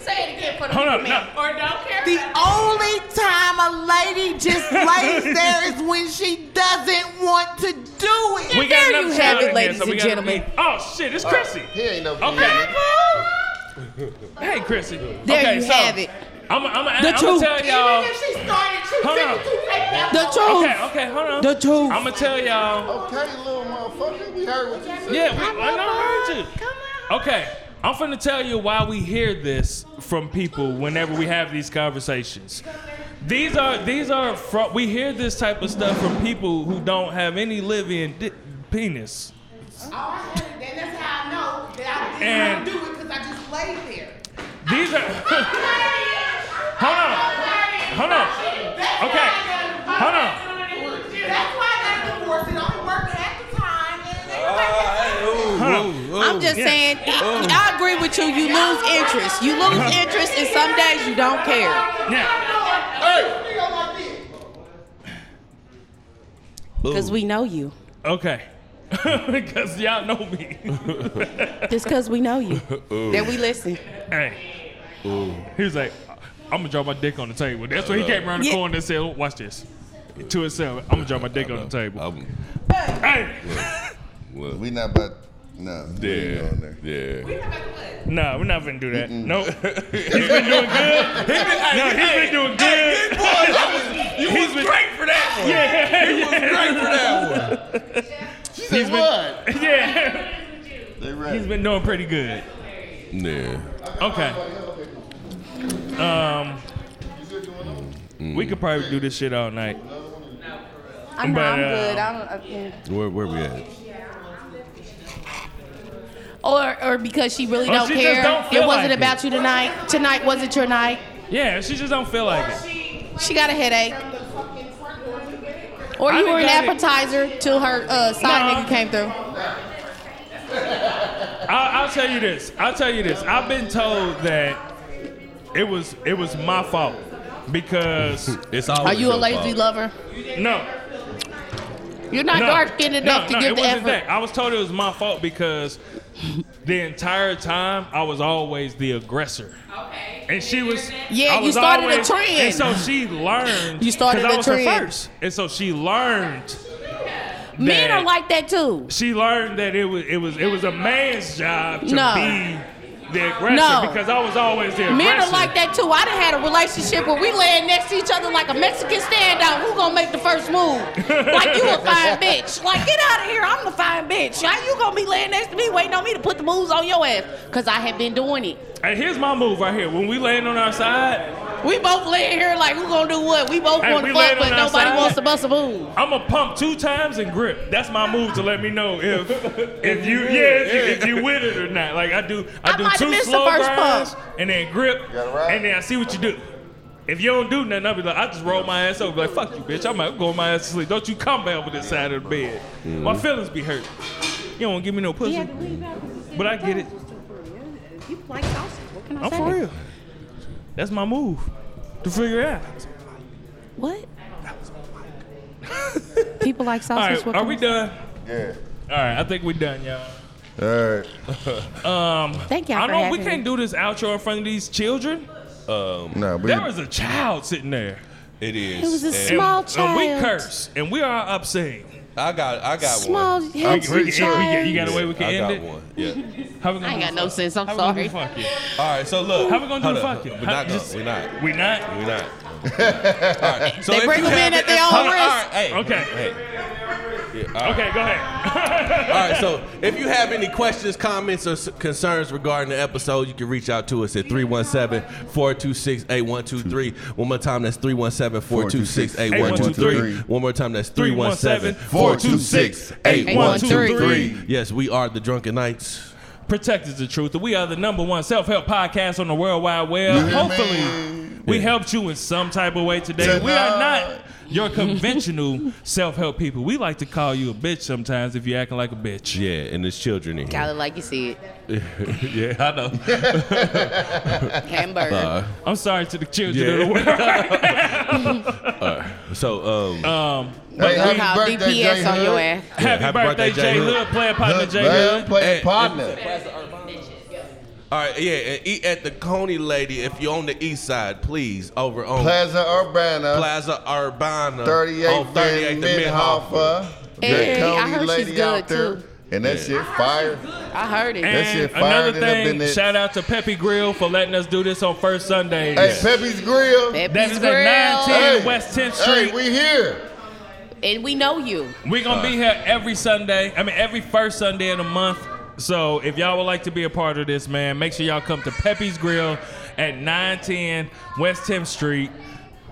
S4: Say it again for the
S2: Hold
S4: people,
S2: up,
S4: man. Or don't care.
S10: The only time a lady just lays there is when she doesn't want to do it.
S2: We got
S5: There
S2: another
S5: you
S2: child
S5: have it,
S2: in here,
S5: ladies
S2: so we
S5: and
S2: gotta
S5: gentlemen.
S2: be- Oh shit, it's Chrissy.
S1: He ain't no
S2: Okay. Hey, Chrissy.
S5: There
S2: okay,
S5: you
S2: so
S5: have it.
S2: I'm, I'm, I'm,
S5: The
S2: gonna
S5: truth.
S2: tell y'all.
S10: she started
S2: Hold on.
S5: The truth.
S2: Okay, okay, hold on.
S5: The truth.
S2: I'm gonna tell y'all.
S1: Okay, little motherfucker. We heard what you said.
S2: Yeah, we, I know I heard you. Okay, I'm finna tell you why we hear this from people whenever we have these conversations. These are these are fro- we hear this type of stuff from people who don't have any living di- penis.
S10: Oh, And that's how I know that
S2: And
S10: do it because I just laid there.
S2: these are Hold on. Hold on. Okay. Hold on.
S10: That's why I got divorced. It only worked at the time.
S7: Ah,
S5: I'm just
S2: Yeah.
S5: saying, I I agree with you. You lose interest. You lose interest, and some days you don't care
S2: Now,
S5: because we know you.
S2: okay. Because y'all know me.
S5: Just because we know you, that we listen.
S2: hey. He was like, I'm gonna drop my dick on the table. That's when he came around the
S5: Yeah.
S2: corner and said, "Oh, Watch this. To himself, I'm gonna drop my dick on the table.
S7: I'm,
S2: Hey,
S1: We not about. No. we ain't
S7: yeah,
S1: going there.
S7: yeah.
S2: nah, we're not gonna do that. Nope. he's been doing good. He's been, no, he's been doing good.
S7: Boy, I was, you
S2: He's
S7: was
S2: been-
S7: great for that one.
S2: yeah,
S7: You was
S2: yeah,
S7: great for that one.
S1: She said what?
S2: yeah.
S1: They
S2: He's
S1: ready.
S2: been doing pretty good.
S3: Yeah.
S2: Okay. Um, we could probably do this shit all night.
S5: I know
S2: But,
S5: I'm
S2: uh,
S5: good. I don't. I can-
S3: Where where we at?
S5: Or, or because she really
S2: Oh,
S5: don't
S2: she just
S5: care.
S2: don't feel
S5: it wasn't
S2: like
S5: about you tonight. Tonight wasn't your night.
S2: Yeah, she just don't feel like it.
S5: She got a headache. Or
S2: I
S5: you
S2: done
S5: were an
S2: got it.
S5: appetizer till her uh, side
S2: Nah.
S5: nigga came through.
S2: I'll, I'll tell you this. I'll tell you this. I've been told that it was it was my fault because
S3: It's all.
S5: Are you a lazy lover?
S2: no,
S5: You're not
S2: no,
S5: dark skinned
S2: no,
S5: enough to
S2: no,
S5: give
S2: it
S5: the
S2: wasn't
S5: effort.
S2: That. I was told it was my fault because the entire time I was always the aggressor.
S4: Okay.
S2: And she was
S5: Yeah,
S2: I
S5: you
S2: was
S5: started a
S2: always-
S5: trend.
S2: And so she learned.
S5: You started
S2: 'cause I
S5: a
S2: was Her
S5: trend.
S2: first. And so she learned.
S5: Men
S2: that-
S5: are like that too.
S2: She learned that it was it was it was a man's job to
S5: No.
S2: be the aggressor
S5: No.
S2: because I was always the aggressor.
S5: Men are like that too. I done had a relationship where we laying next to each other like a Mexican standout. Who gonna make the first move? Like you a fine bitch. Like get out of here. I'm the fine bitch. How you gonna be laying next to me waiting on me to put the moves on your ass? Cause I have been doing it.
S2: Hey, here's my move right here. When we laying on our side,
S5: We both laying here like who gonna do what? We both
S2: Hey,
S5: want
S2: we
S5: to
S2: laying
S5: fuck,
S2: on
S5: but
S2: our
S5: nobody
S2: side.
S5: wants to bust a move.
S2: I'ma pump two times and grip. That's my move to let me know if if you yeah, if, you if you with it or not. Like I do I,
S5: I
S2: do
S5: might have
S2: two
S5: missed the
S2: slow
S5: first
S2: grinds
S5: pump.
S2: and then grip
S1: Gotta ride.
S2: and then I see what you do. If you don't do nothing, I'll be like, I just roll my ass over, like, fuck you, bitch. I'm out, go my ass to sleep. Don't you come back over this side of the bed. My feelings be hurt. You don't give me no pussy. But I get it.
S5: You like sausage? What can I
S2: I'm
S5: say?
S2: for real. That's my move to figure it out.
S5: What? People like
S2: All
S5: sausage.
S2: right,
S5: what
S2: are
S5: can
S2: we
S5: I-
S2: done?
S1: Yeah.
S2: All right, I think we done, y'all.
S1: All right.
S5: Thank y'all
S2: I
S5: for
S2: know we
S5: having
S2: can't
S5: me.
S2: do this outro in front of these children.
S1: No, we,
S2: There was a child sitting there.
S3: It is.
S5: It was a
S3: And
S5: small
S2: and,
S5: child.
S2: And we curse, and we are obscene.
S3: I got I got
S5: Small
S3: one.
S5: head
S2: We- we-
S5: child.
S2: we- you got a way we can
S3: I
S2: end
S3: got
S2: it?
S3: one. Yeah.
S2: How we gonna
S5: I ain't
S2: do
S5: got
S2: the
S5: no
S2: fuck?
S5: sense. I'm
S2: How
S5: sorry.
S2: We gonna do the fuck
S3: All right. So look.
S2: How we gonna do
S3: Hold
S2: the
S3: up.
S2: fucking?
S3: We're
S2: How-
S3: not gonna.
S2: just-
S3: We're not.
S2: We not.
S3: We're not. All right. So
S5: They
S3: if
S5: bring
S3: you
S5: them
S3: have
S5: in at
S3: it-
S5: their own
S3: hold on, all
S5: risk.
S3: right, hey,
S2: Okay.
S3: hey. Yeah, all right.
S2: Okay, go ahead.
S3: All right, so if you have any questions, comments, or s- concerns regarding the episode, you can reach out to us at 317 426 8123. One more time, that's 317 426 8123. One more time, that's 317 426
S1: 426-8123.
S3: 8123. Yes, we are the Drunken Knights.
S2: Protect is the truth. and We are the number one self help podcast on the World Wide Web. Hopefully, we helped you in some type of way today. We are not your conventional self help people. We like to call you a bitch sometimes if you're acting like a bitch.
S3: Yeah, and there's children in
S5: Call it like you see it.
S3: yeah, I know.
S5: Hamburger.
S3: Uh,
S2: I'm sorry to the children of the world.
S3: Alright, So, um,
S2: um,
S5: Hey, happy Call birthday, DPS Jay on your Hood. ass.
S2: Happy, birthday, Jay Hood. Player partner, Jay Hood.
S1: Play partner.
S3: All right, yeah, and eat at the Coney Lady if you're on the east side, please. Over on
S1: Plaza Urbana.
S3: Plaza Urbana,
S1: 38
S3: on 38th
S1: Van
S3: and Minhoffer.
S1: Minhoffer.
S5: Hey,
S1: That
S5: I
S1: Coney
S5: heard she's
S1: lady
S5: good,
S1: out there.
S5: too.
S1: And that shit fire.
S5: I heard it.
S1: That
S2: And
S1: shit fired
S2: another
S1: it up in
S2: thing,
S1: that-
S2: shout out to Peppy Grill for letting us do this on first Sunday.
S1: Hey, Peppy's Grill.
S2: That
S5: Peppy's
S2: is
S5: Grill.
S2: at 910
S1: Hey.
S2: West 10th Street.
S1: Hey, we here.
S5: And we know you.
S2: We're gonna be here every Sunday. I mean, every first Sunday of the month. So if y'all would like to be a part of this, man, make sure y'all come to Pepe's Grill at 910 West 10th Street,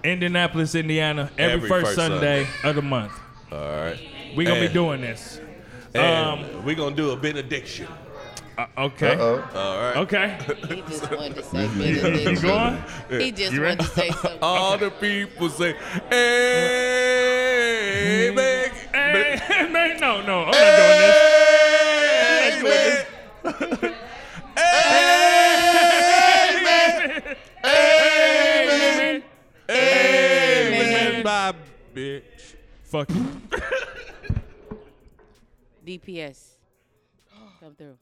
S2: Indianapolis, Indiana, every, first, Sunday, of the month.
S3: All right.
S2: We're gonna be
S3: And-
S2: doing this.
S3: And
S2: Um,
S3: we're going to do a benediction.
S2: Uh, okay.
S1: Uh-oh.
S3: All right.
S2: Okay.
S5: He just wanted to say
S2: You
S5: benediction.
S2: going?
S5: He just
S2: You
S5: wanted
S2: ready?
S5: to say something.
S3: All the people say, hey, man.
S2: Hey, man, no, no, I'm not doing this.
S3: Hey,
S2: I'm not doing
S3: man.
S2: this. Hey, man.
S3: Hey, man. Bye, bitch.
S2: Fuck you.
S5: DPS. Come through.